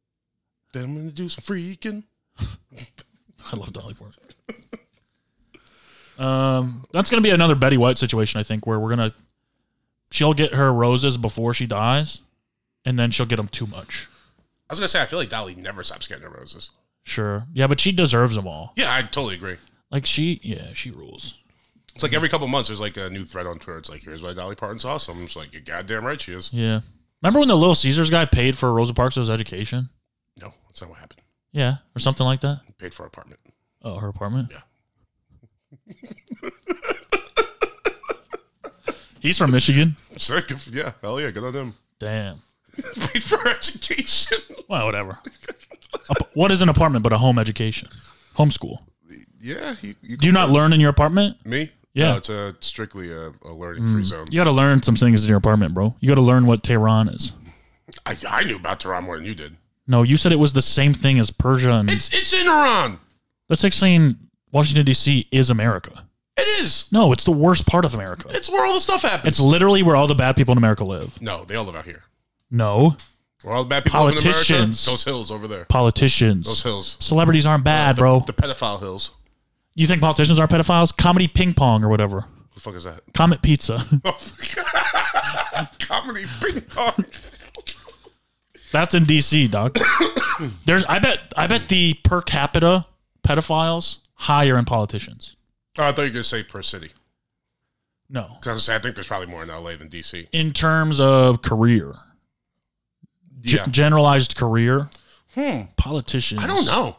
then I'm gonna do some freaking.
I love Dolly Parton. um, that's gonna be another Betty White situation, I think, where we're gonna she'll get her roses before she dies, and then she'll get them too much.
I was gonna say, I feel like Dolly never stops getting her roses.
Sure, yeah, but she deserves them all.
Yeah, I totally agree.
Like she, yeah, she rules.
It's like every couple months, there's like a new thread on Twitter. It's like, here's why Dolly Parton's awesome. I'm just like, you're goddamn right she is.
Yeah. Remember when the Little Caesars guy paid for Rosa Parks' education?
No, that's not what happened.
Yeah, or something like that.
Paid for our apartment.
Oh, her apartment.
Yeah.
He's from Michigan.
Sick. Yeah, hell yeah, good on him.
Damn.
paid for education.
Well, whatever. Ap- what is an apartment but a home education? Homeschool.
yeah, you, you
Do you not learn in your apartment?
me?
Yeah. Mm.
no, it's a strictly a, a learning free zone.
You got to learn some things in your apartment, bro. You got to learn what Tehran is.
I, I knew about Tehran more than you did.
No, you said it was the same thing as Persia and
It's it's in Iran.
that's like saying Washington D.C. is America.
It is.
No, it's the worst part of America.
It's where all the stuff happens.
It's literally where all the bad people in America live.
no, they all live out here.
No,
Where all the bad people live in America.
Politicians.
Those hills over there. Those
politicians,
hills.
celebrities aren't bad,
The-
bro.
The, pedophile hills.
you think politicians are pedophiles? Comedy ping pong or whatever.
Who the fuck is that?
Comet pizza.
Comedy ping pong.
That's in D.C. Doc. There's, I bet, I bet the per capita pedophiles higher in politicians.
Oh, I thought you were gonna say per city.
No,
'Cause I was gonna say, I think there's probably more in LA than DC.
in terms of career, G-
Yeah. Hmm.
generalized career, politicians.
I don't know.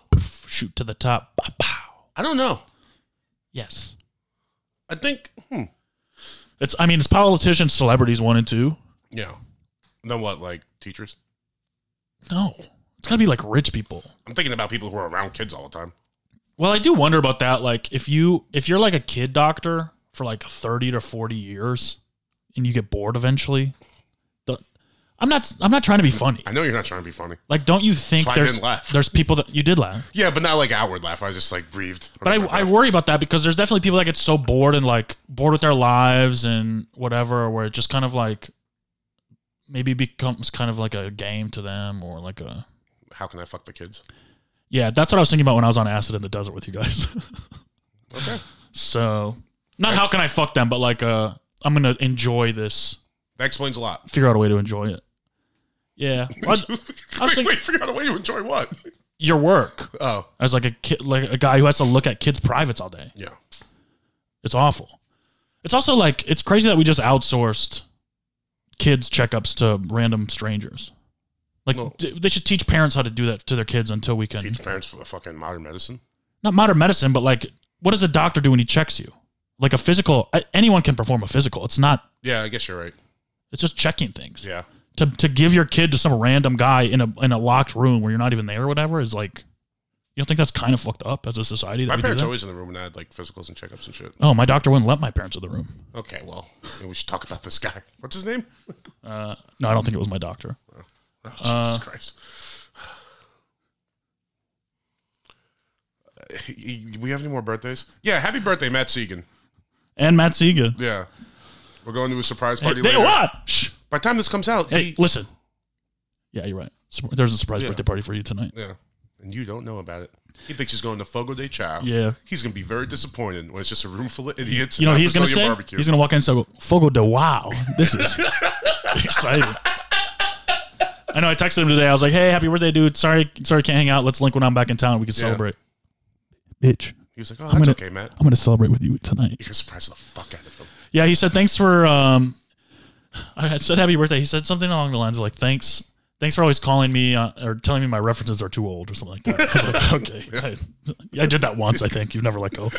Shoot to the top. Pow, pow.
I don't know.
Yes.
I think. Hmm.
It's I mean it's politicians, celebrities one and two.
Yeah. Then what? Like teachers?
No. It's gotta be like rich people.
I'm thinking about people who are around kids all the time.
Well, I do wonder about that. Like if you if you're like a kid doctor for like thirty to forty years and you get bored eventually, the, I'm not I'm not trying to be funny.
I know you're not trying to be funny.
Like don't you think
That's why I
there's
didn't laugh.
there's people that you did laugh.
Yeah, but not like outward laugh. I just like breathed.
But I, I worry about that because there's definitely people that get so bored and like bored with their lives and whatever, where it just kind of like maybe becomes kind of like a game to them or like a
How can I fuck the kids?
Yeah, that's what I was thinking about when I was on acid in the desert with you guys.
Okay.
so, not how can I fuck them, but like, uh, I'm gonna enjoy this.
That explains a lot.
Figure out a way to enjoy it. Yeah, What-
wait,
thinking-
wait, figure out a way to enjoy what?
your work
Oh,
as like a kid, like a guy who has to look at kids' privates all day.
yeah.
It's awful. It's also like it's crazy that we just outsourced kids' checkups to random strangers. Like
Well-
th- they should teach parents how to do that to their kids until we can
Teach parents for fucking modern medicine.
not modern medicine, but like, what does a doctor do when he checks you? Like a physical, a- anyone can perform a physical. It's not,
Yeah, I guess you're right.
it's just checking things.
Yeah.
To, to give your kid to some random guy in a in a locked room where you're not even there or whatever is like, you don't think that's kind of fucked up as a society? That
My
we do
parents
that?
always in the room and I had like physicals and checkups and shit.
Oh, my doctor wouldn't let my parents in the room.
Okay, well, maybe we should talk about this guy. What's his name?
No, I don't think it was my doctor.
Oh, Jesus
Uh,
Christ. Y- y- We have any more birthdays? Yeah, happy birthday, Matt Segan.
And Matt Segan.
Yeah. We're going to a surprise
Hey,
party
they
later.
what? Shh.
By the time this comes out,
Hey,
he-
listen. Yeah, you're right. Sur- There's a surprise
Yeah.
birthday party for you tonight.
yeah, and you don't know about it. He thinks he's going to Fogo de Chao.
Yeah.
He's going to be very disappointed when it's just a room full of idiots.
You know
at
what he's gonna
Brazilian
say?
barbecue.
He's gonna walk in and say, "Fogo de wow, this is exciting." I know. I texted him today. I was like, "Hey, happy birthday, dude! Sorry, sorry, can't hang out. Let's link when I'm back in town. We can celebrate." Bitch,
He was like, oh,
I'm
that's
gonna,
okay, Matt.
I'm gonna celebrate with you tonight.
You're surprised the fuck out of him.
Yeah, he said thanks for. um I had said happy birthday. He said something along the lines of like, "Thanks, thanks for always calling me uh, or telling me my references are too old or something like that." I was like, "Okay, I, I did that once. I think you've never let go."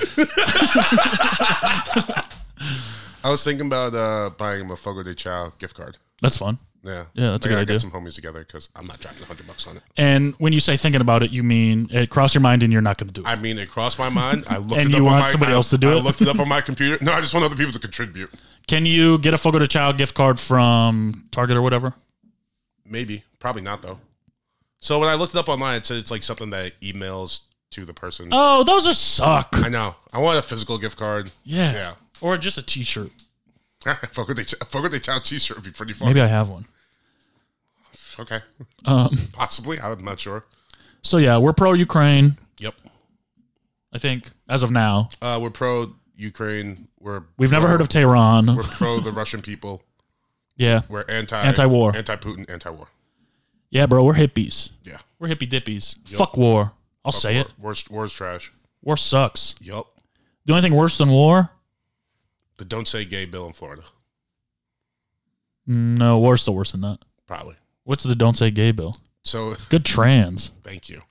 I was thinking about uh, buying him a Fogo de Chao gift card.
That's fun.
Yeah.
Yeah, that's
I
a good
gotta
idea.
Get some homies together because I'm not dropping 100 bucks on it.
And when you say thinking about it, you mean it crossed your mind and you're not going to do it.
I mean, it crossed my mind. I looked
And
it
you
up on
want
my,
somebody
I-
else to do
I
it?
looked it up on my computer. No, I just want other people to contribute.
Can you get a Fogo de Chao gift card from Target or whatever?
Maybe, probably not though. So when I looked it up online, it said it's like something that emails to the person.
Oh, those are suck.
I know. I want a physical gift card.
Yeah.
Yeah.
Or just a T-shirt.
Fuck with the fuck with the town T-shirt would be pretty fun.
Maybe I have one.
okay.
Um,
Possibly. I'm not sure.
So yeah, we're pro Ukraine.
Yep.
I think as of now,
Uh, we're pro Ukraine. We're
we've never
pro-
heard of Tehran.
We're pro the Russian people.
Yeah,
We're anti
Anti-war.
anti Putin, anti war.
yeah, bro, we're hippies.
Yeah.
We're hippie dippies. Fuck war. I'll say it.
War's war's trash.
War sucks.
Yep.
The only thing worse than war?
The don't say gay bill in Florida.
No, war's still worse than that.
Probably.
What's the don't say gay bill?
So
Good trans.
Thank you.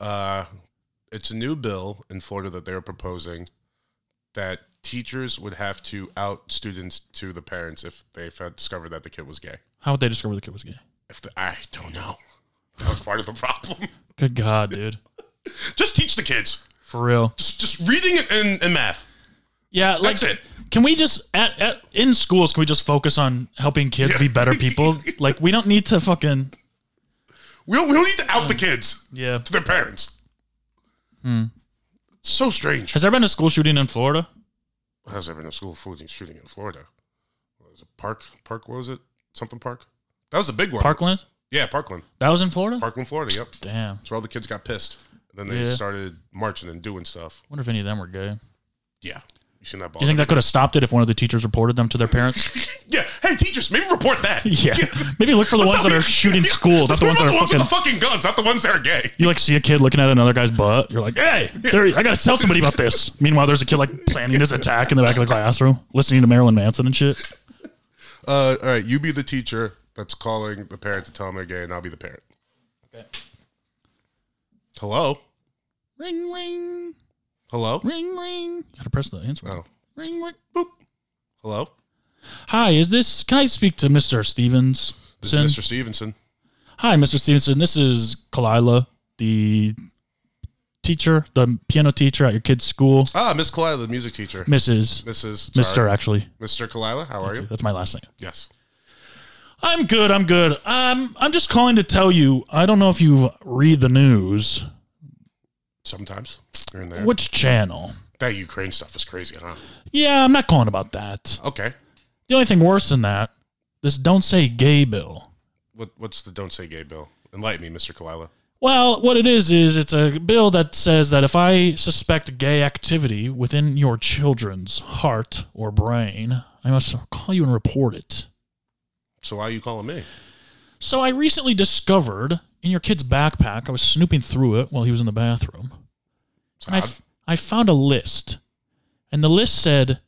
Uh, it's a new bill in Florida that they're proposing that teachers would have to out students to the parents if they found, discovered that the kid was gay.
How would they discover the kid was gay?
If the, I don't know. That was part of the problem.
Good God, dude.
Just teach the kids.
For real.
Just, just reading and, and math.
Yeah, like
That's it.
Can we just at, at in schools? Can we just focus on helping kids be better people? like we don't need to fucking
We don't, we don't need to out the kids
yeah.
to their parents. So strange.
Hmm. Has there been a school shooting in Florida?
How's there been a school shooting shooting in Florida? What was it Park? Park? What was it? Something Park? That was the big one.
Parkland?
Yeah, Parkland.
That was in Florida.
Parkland, Florida. Yep.
Damn.
That's where all the kids got pissed. And then they
Yeah.
started marching and doing stuff.
Wonder if any of them were gay.
Yeah. You seen that ball?
Do you think that could have stopped it if one of the teachers reported them to their parents?
yeah. Hey, teachers, maybe report that.
yeah. Maybe look for the ones that are shooting schools, not
Let's
the ones
worry
that are
about
fucking.
the ones with the fucking guns, not the ones that are gay.
You like see a kid looking at another guy's butt. You're like, hey, there, I gotta tell somebody about this. Meanwhile, there's a kid like planning his attack in the back of the classroom, listening to Marilyn Manson and shit.
Uh, all right, you be the teacher that's calling the parent to tell them they're gay, and I'll be the parent.
Okay.
Hello,
Ring, ring,
hello,
ring, ring. You gotta press the answer. button.
Oh.
Ring, ring.
hello.
Hi, is this? Can I speak to Mr. Stevens?
This is Mr. Stevenson.
Hi, Mr. Stevenson. This is Kalila, the teacher, the piano teacher at your kid's school.
Ah, Miss Kalila, the music teacher.
Mrs.
Mrs.
Mr.
sorry.
Actually,
Mr. Kalila, how are you?
that's my last name.
Yes.
I'm good. I'm good. I'm I'm just calling to tell you. I don't know if you read the news.
Sometimes here and there.
Which channel?
That Ukraine stuff is crazy, huh?
Yeah, I'm not calling about that.
Okay.
The only thing worse than that, this don't say gay bill.
What What's the don't say gay bill? Enlighten me, Mr. Kalila.
Well, what it is is it's a bill that says that if I suspect gay activity within your children's heart or brain, I must call you and report it.
So why are you calling me?
So I recently discovered in your kid's backpack, I was snooping through it while he was in the bathroom,
It's
and I,
odd.
f- I found a list. And the list said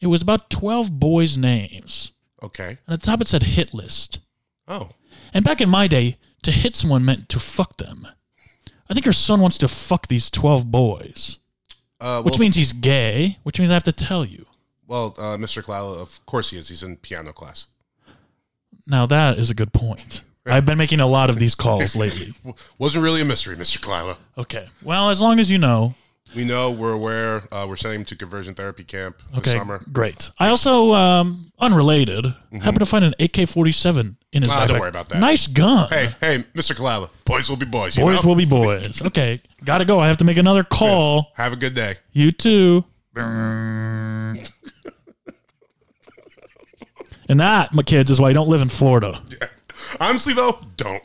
it was about 12 boys' names.
okay.
And at the top it said hit list.
Oh,
And back in my day, to hit someone meant to fuck them. I think your son wants to fuck these 12 boys,
uh, well,
which means he's gay, which means I have to tell you.
well, uh, Mr. Kalila, of course he is. He's in piano class.
Now, that is a good point. I've been making a lot of these calls lately.
W- wasn't really a mystery, Mr. Kalila.
Okay. Well, as long as you know.
We know, we're aware. Uh, we're sending him to conversion therapy camp this
Okay.
summer. Mm-hmm.
Great. I also, um, unrelated, happened to find an AK 47 in his
Ah, don't
backpack.
worry about that.
Nice gun.
Hey, hey, Mr. Kalila, boys will be boys. You
Boys
know?
will be boys. Okay. Gotta go. I have to make another call.
Have a good day.
You too. and that, my kids, is why you don't live in Florida.
Honestly, though, don't.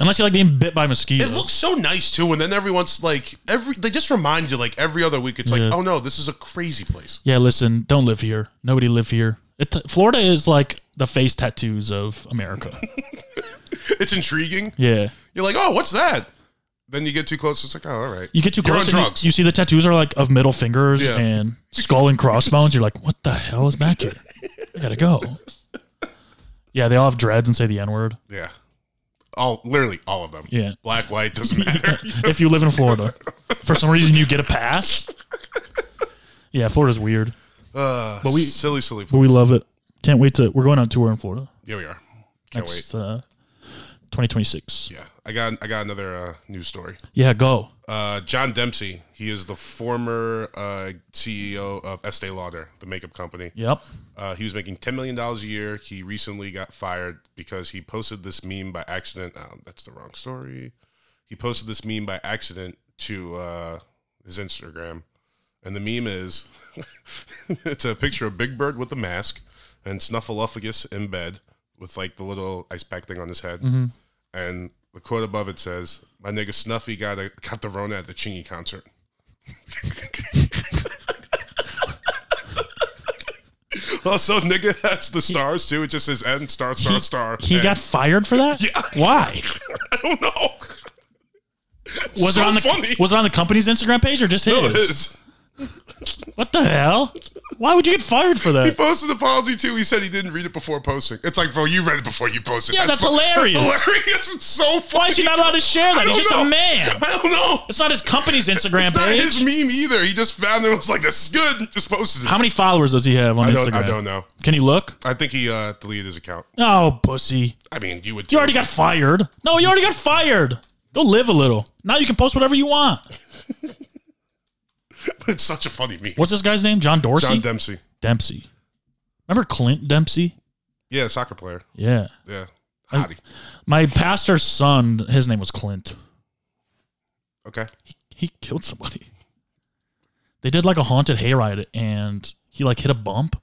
Unless you like being bit by
It
mosquitoes.
looks so nice too, and then everyone's like, every they just remind you like every other week. It's like,
Yeah.
oh no, this is a crazy place.
yeah, listen, don't live here. Nobody live here. It, Florida is like the face tattoos of America.
It's intriguing.
yeah.
You're like, oh, what's that? Then you get too close. It's like, oh, all right.
You get too
You're
close
on
and you-
drugs.
You, see the tattoos are like of middle fingers
Yeah.
and skull and crossbones. You're like, what the hell is back here? I gotta go. Yeah, they all have dreads and say the N word.
yeah. All literally all of them.
Yeah.
Black, white, doesn't matter.
if you live in Florida. For some reason, you get a pass. Yeah, Florida's weird,
uh, but
we-
we silly, silly.
but we love it. Can't wait to. We're going on tour in Florida
Here we are. Can't wait.
next uh, 2026.
Yeah, I got I got another uh, news story.
Yeah, go.
Uh, John Dempsey, he is the former uh, CEO of Estee Lauder, the makeup company.
Yep.
Uh, he was making ten million dollars a year. He recently got fired because he posted this meme by accident. Um, that's the wrong story. He posted this meme by accident to uh, his Instagram, and the meme is it's a picture of Big Bird with a mask and Snuffleupagus in bed with like the little ice pack thing on his head,
Mm-hmm.
and the quote above it says, "My nigga Snuffy got a, got the Rona at the Chingy concert." Also, nigga has the stars too. It just says N star star star.
He
and-
got fired for that. Why?
I don't know.
Was
so
it on the
funny.
Was it on the company's Instagram page or just his?
It is.
What the hell? Why would you get fired for
He
that?
posted an apology too. He said he didn't read it before posting. It's like, bro, you read it before you posted.
Yeah, that's
fu-
hilarious.
That's hilarious. It's so funny.
Why is he not allowed to share
I
that? He's
don't
just
know.
a man.
I don't know.
It's not his company's Instagram
It's not
page.
his meme either. He just found it and was like, this is good. Just posted it.
How many followers does he have on
I
Instagram?
don't, I don't know.
Can you look?
I think he uh, deleted his account.
Oh, pussy.
I mean, you would.
You already got fired. No, you already got fired. Go live a little. Now you can post whatever you want.
It's such a funny meme.
What's this guy's name? John Dorsey?
John Dempsey.
Dempsey. Remember Clint Dempsey?
Yeah, soccer player.
Yeah.
Yeah, hottie.
My pastor's son, his name was Clint.
Okay.
He killed somebody. They did like a haunted hayride and he like hit a bump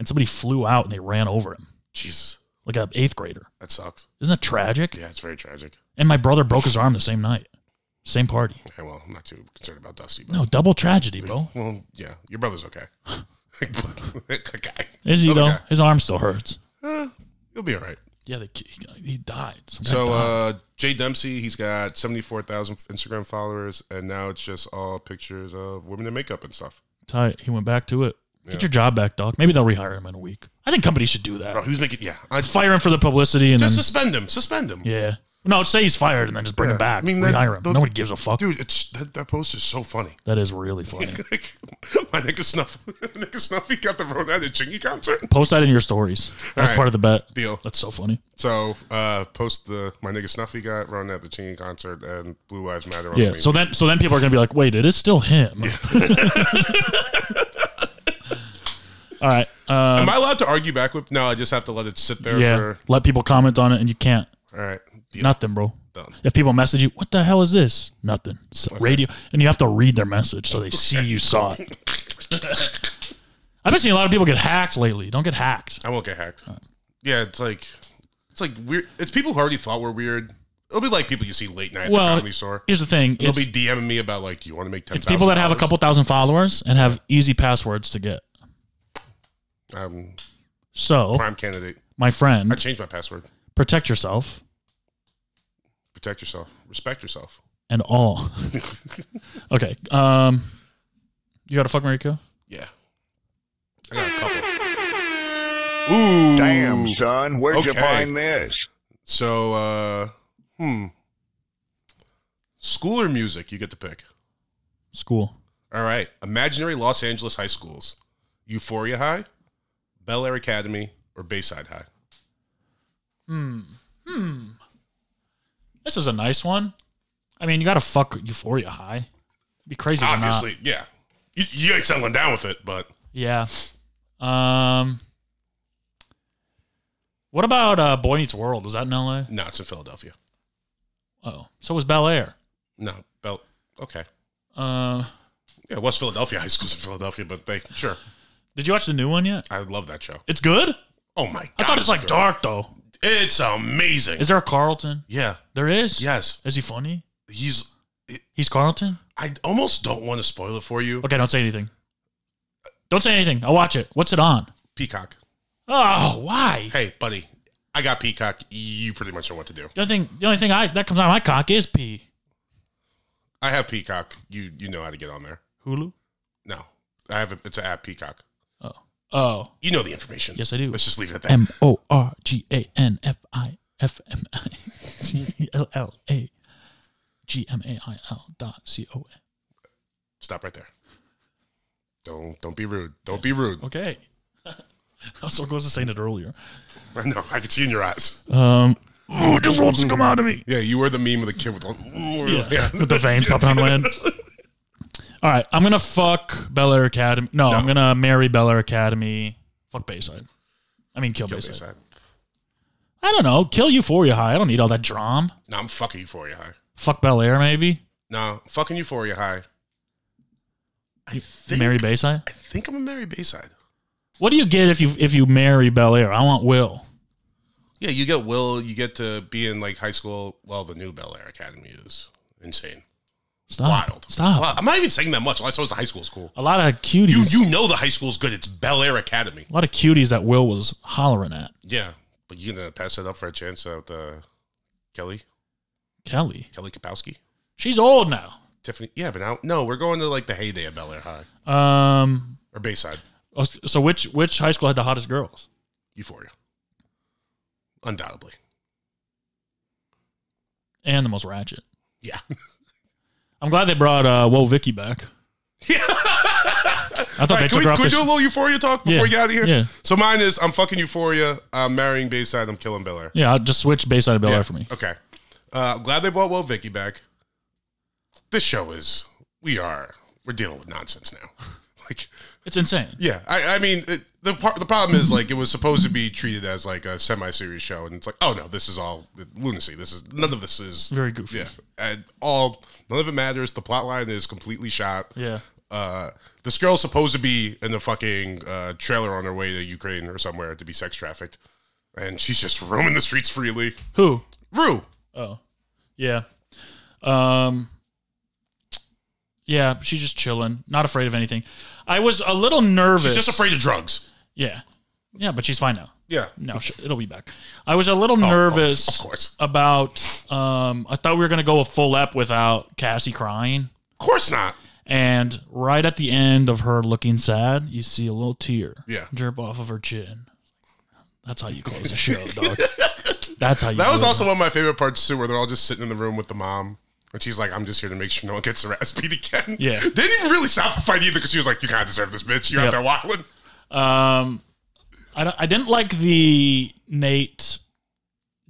and somebody flew out and they ran over him.
Jesus,
Like an eighth grader.
that sucks.
Isn't that tragic?
Yeah, it's very tragic.
And my brother broke his arm the same night. Same party.
Okay, well, I'm not too concerned about Dusty. But
No, double tragedy, bro.
Well, yeah, your brother's okay. okay.
Is he
Other
though?
guy. Uh,
His arm still hurts.
He'll be all right.
Yeah, they, he, he died. Some guy
So
died.
uh, Jay Dempsey, he's got seventy four thousand Instagram followers, and now it's just all pictures of women in makeup and stuff.
tight. He went back to it. Get your job back, dog. Maybe they'll rehire him in a week. I think companies should do
Bro,
that.
who's making? Yeah, I,
Fire him for the publicity and then,
just suspend him. Suspend him.
yeah. No, say he's fired and then just bring him
Yeah,
back.
I mean, that-
rehire him.
the-
Nobody gives a fuck.
Dude, it's that, that post is so funny.
That is really funny.
My nigga Snuff, nigga Snuffy got the Ronan and Chingy concert.
Post that in your stories. That's
right.
part of the bet.
Deal.
That's so funny.
So uh, post the my nigga Snuffy got run at the Chingy concert and Blue Lives Matter. On
Yeah.
the
So then, so then people are gonna be like, wait, it is still him. All right. Uh,
am I allowed to argue back with? No, I just have to let it sit there.
yeah.
for
Let people comment on it, and you can't.
All right, deal.
Nothing, bro.
Done.
If people message you, what the hell is this? Nothing. It's radio, and you have to read their message so they see you saw it. I've been seeing a lot of people get hacked lately. Don't get hacked.
I won't get hacked. Yeah, it's like it's like weird. It's people who already thought we're weird. It'll be like people you see late night at the
Well,
comedy store.
here's the thing:
They'll
it's,
be DMing me about like, do you want to make ten?
it's people that have a couple thousand followers and have easy passwords to get.
Um,
So,
prime candidate.
my
I
friend,
changed my password.
protect yourself
Protect yourself. Respect yourself.
and all. okay. Um, you got to fuck Mary Kill?
Yeah, I got a couple.
Damn, son, where'd you
Okay.
find this?
So, uh, hmm. School or music, you get to pick.
School.
All right. Imaginary Los Angeles high schools Euphoria High, Bel Air Academy, or Bayside High.
This is a nice one. I mean, you got to fuck Euphoria High. Be crazy. to not.
Obviously, yeah. You, you ain't settling down with it, but
Yeah. Um. What about uh, Boy Meets World? Was that in L.A.?
no, it's in Philadelphia.
Oh, so was Bel Air.
No, Bel. Okay.
Uh,
Yeah, West Philadelphia high schools in Philadelphia, but they, sure.
did you watch the new one yet?
I love that show.
It's good.
Oh my God.
I thought it's like
great.
dark though.
It's amazing.
Is there a Carlton?
yeah.
There is.
Yes.
Is he funny?
He's,
He's Carlton.
I almost don't want to spoil it for you.
Okay, don't say anything. Don't say anything. I'll watch it. What's it on?
Peacock.
Oh, why?
hey, buddy, I got Peacock. You pretty much know what to do.
The only thing, the only thing I that comes out of my cock is pee.
I have Peacock. You you know how to get on there.
Hulu.
No, I have a, it's an app Peacock.
Oh. Oh.
You know the information.
Yes, I do.
Let's just leave it at that.
M O R G A N F I F M I T E L L A G M A I L dot C O N.
Stop right there. Don't don't be rude. Don't be rude.
Okay. I was so close to saying it earlier.
I know. I can see in your eyes.
Um, oh, just wants to come out of me.
Yeah, you were the meme of the kid with the.
Yeah.
Yeah.
With the veins popping on my head. All right. I'm going to fuck Bel Air Academy. No, I'm going to marry Bel Air Academy. Fuck Bayside. I mean, kill,
Kill
Bayside.
Bayside.
I don't know. Kill Euphoria High. I don't need all that drama.
No, I'm fucking Euphoria High.
Fuck Bel Air, maybe.
No, fucking Euphoria High. I think,
Marry Bayside.
I think I'm a Mary Bayside.
What do you get if you if you marry Bel Air? I want Will.
Yeah, you get Will. You get to be in like high school. Well, the new Bel Air Academy is insane,
Stop.
wild.
Stop.
Wow, I'm not even saying that much. All I saw was the high school's cool.
A lot of cuties.
You you know the high school's good. It's Bel Air Academy.
a lot of cuties that Will was hollering at.
Yeah, but you gonna pass that up for a chance at uh, Kelly
Kelly.
Kelly Kapowski?
She's old now.
Tiffany. You haven't out? No, we're going to like the heyday of Bel Air High
Um,
or Bayside.
oh, so which which high school had the hottest girls?
Euphoria. Undoubtedly.
And the most ratchet.
Yeah.
I'm glad they brought uh, Whoa Vicky back. I thought
All
they
right, can
took
we,
her off
can we
the
do a
sh-
little Euphoria talk before
Yeah,
we get out of here?
yeah.
So mine is I'm fucking Euphoria. I'm marrying Bayside. I'm killing Bel Air.
Yeah, I just switch Bayside to Bel Air for me.
Okay. Uh, I'm glad they brought Well Vicky back. This show is we are we're dealing with nonsense now. Like
It's insane.
yeah, I, I mean it, the part the problem is like it was supposed to be treated as like a semi serious show, and it's like oh no, this is all lunacy. This is none of this is
Very goofy.
yeah, and all none of it matters. The plot line is completely shot.
Yeah.
Uh, this girl's supposed to be in the fucking uh, trailer on her way to Ukraine or somewhere to be sex trafficked, and she's just roaming the streets freely.
Who?
Rue,
Oh, yeah. Um, yeah, she's just chilling, not afraid of anything. I was a little nervous.
she's just afraid of drugs.
Yeah, yeah, but she's fine now.
Yeah,
No, sh- it'll be back. I was a little nervous
Oh, of course.
about. Um, I thought we were gonna go a full ep without Cassie crying,
of course not.
and right at the end of her looking sad, you see a little tear
Yeah.
drip off of her chin. That's how you close a show, dog. That's how you.
That was
do it.
also one of my favorite parts too, where they're all just sitting in the room with the mom. And she's like, I'm just here to make sure no one gets their ass beat again.
Yeah.
They didn't even really stop the fight either because she was like, You kind of deserve this, bitch. You're
Yep.
out there wilding.
Um, I, don't- I didn't like the Nate.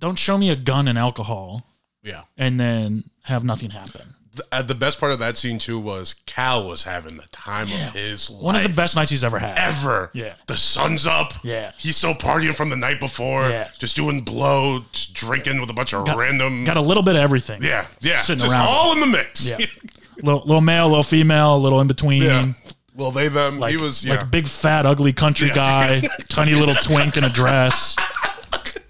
Don't show me a gun and alcohol,
Yeah.
and then have nothing happen.
The, uh, the best part of that scene, too, was Cal was having the time of his life.
One of the best nights he's ever had.
ever.
Yeah.
The sun's up.
Yeah.
He's still partying from the night before.
Yeah.
Just doing blow, just drinking with a bunch of random.
Got a little bit of everything.
yeah. Yeah.
sitting
just
around.
all in the mix.
Yeah. little, little male, little female, little in between.
yeah. Well, they, them.
Like,
he was, yeah.
like big fat ugly country guy, tiny little twink in a dress.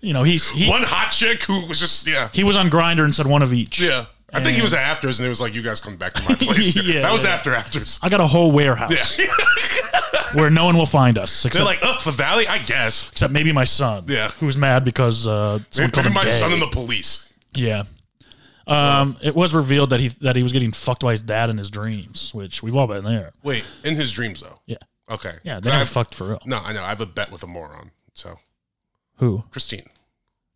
You know, he's he,
one hot chick who was just, yeah.
he was on grinder and said one of each.
Yeah. I think he
And-
was at afters and it was like, you guys come back to my place.
Yeah,
that was
yeah.
after afters.
I got a whole warehouse where no one will find us
They're
except
like, up the valley? I guess.
except maybe my son,
Yeah.
who's mad because uh, someone called
Maybe
him
my
gay.
son and the police.
Yeah. Um, it was revealed that he that he was getting fucked by his dad in his dreams, which we've all been there.
Wait, in his dreams though.
Yeah,
Okay.
yeah,
So
they
I
got
have-
fucked for real.
No, I know. I have a bet with a moron. So,
Who
Christine.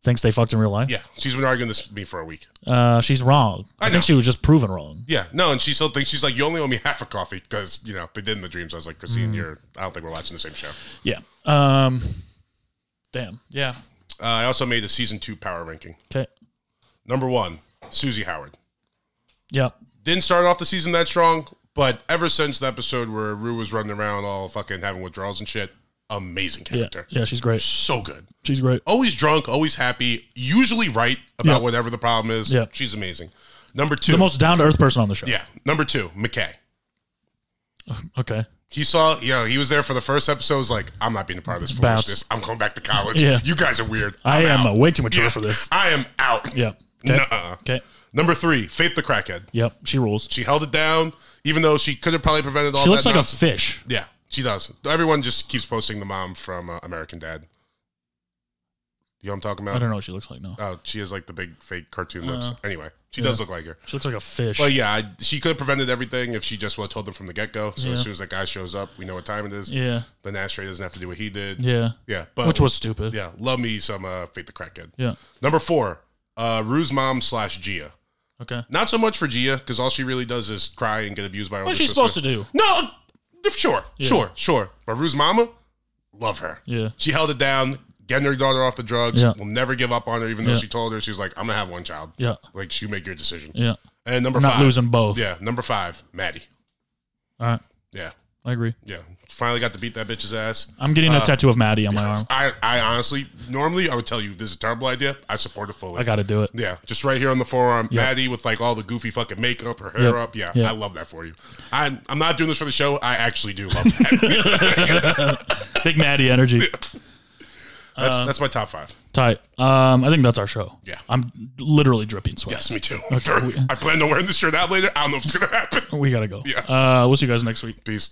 thinks they fucked in real life?
Yeah. She's been arguing this with me for a week.
Uh, she's wrong. I,
I
think
know.
she was just proven wrong.
Yeah. No, and she still thinks, she's like, you only owe me half a coffee because, you know, they did in the dreams. I was like,
Mm.
Christine, you're, I don't think we're watching the same show.
Yeah. Um. Damn. Yeah.
Uh, I also made a season two power ranking.
Okay.
Number one, Susie Howard.
Yep.
didn't start off the season that strong, but ever since the episode where Rue was running around all fucking having withdrawals and shit, amazing
Yeah.
character.
Yeah. She's great.
So good.
She's great.
Always drunk, always happy, usually right about
Yeah.
whatever the problem is.
Yeah.
She's amazing. Number two.
The most down to earth person on the show.
yeah. Number two, McKay.
Okay.
He saw, you know, he was there for the first episode. Was like, I'm not being a part of this
Bounce.
foolishness. I'm going back to college.
Yeah.
You guys are weird.
I
I'm
am
out."
uh, way too mature
Yeah.
for this.
I am out.
Yeah. Okay.
Nuh-uh.
Okay.
Number three, Faith the Crackhead.
Yep. She rules. She,
She held it down, even though she could have probably prevented all that.
looks like
nonsense.
a fish.
Yeah, she does. Everyone just keeps posting the mom from uh, American Dad. You know what I'm talking about?
I don't Uh, know what she looks like now.
Oh, she has like the big fake cartoon lips. Anyway, she does look like her.
She looks like a fish.
But yeah, I, she could have prevented everything if she just would have told them from the get go. So
Yeah.
as soon as that guy shows up, we know what time it is.
Yeah.
Then Ashtray doesn't have to do what he did.
Yeah.
Yeah, but
Which was stupid.
yeah, love me some uh, Faith the Crackhead.
Yeah.
Number four, uh, Rue's mom slash Gia.
Okay.
Not so much for Gia because all she really does is cry and get abused by her.
What's
older
she supposed to
sister.
do?
No, uh, sure,
Yeah.
sure, sure. But Rue's mama, love her.
Yeah.
She held it down, getting her daughter off the drugs.
Yeah.
Will never give up on her, even though
Yeah.
she told her she was like, "I'm gonna have one child."
Yeah.
Like you make your decision.
Yeah.
And number
We're not
five,
losing both.
Yeah, number five, Maddie.
All right.
Yeah,
I agree.
yeah. Finally got to beat that bitch's ass.
I'm getting a tattoo of Maddie on my arm.
I, I honestly, normally I would tell you this is a terrible idea. I support it fully.
I got to do it.
Yeah, just right here on the forearm, Maddie with like all the goofy fucking makeup, her hair
Yep.
up. Yeah,
Yep.
I love that for you. I, I'm not doing this for the show. I actually do love that.
Big Maddie energy.
that's,
Uh,
that's my top five.
Tight. Um, I think that's our show.
Yeah.
I'm literally dripping sweat.
Yes, me too. Thoroughly. I plan on wearing this shirt out later. I don't know if it's gonna happen.
We got to go.
Yeah.
Uh, we'll see you guys next week.
Peace.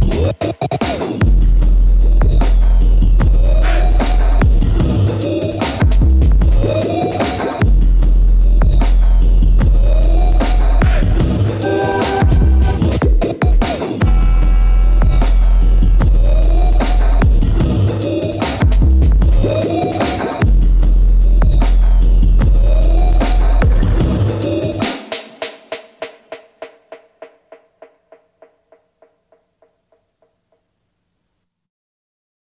Boom.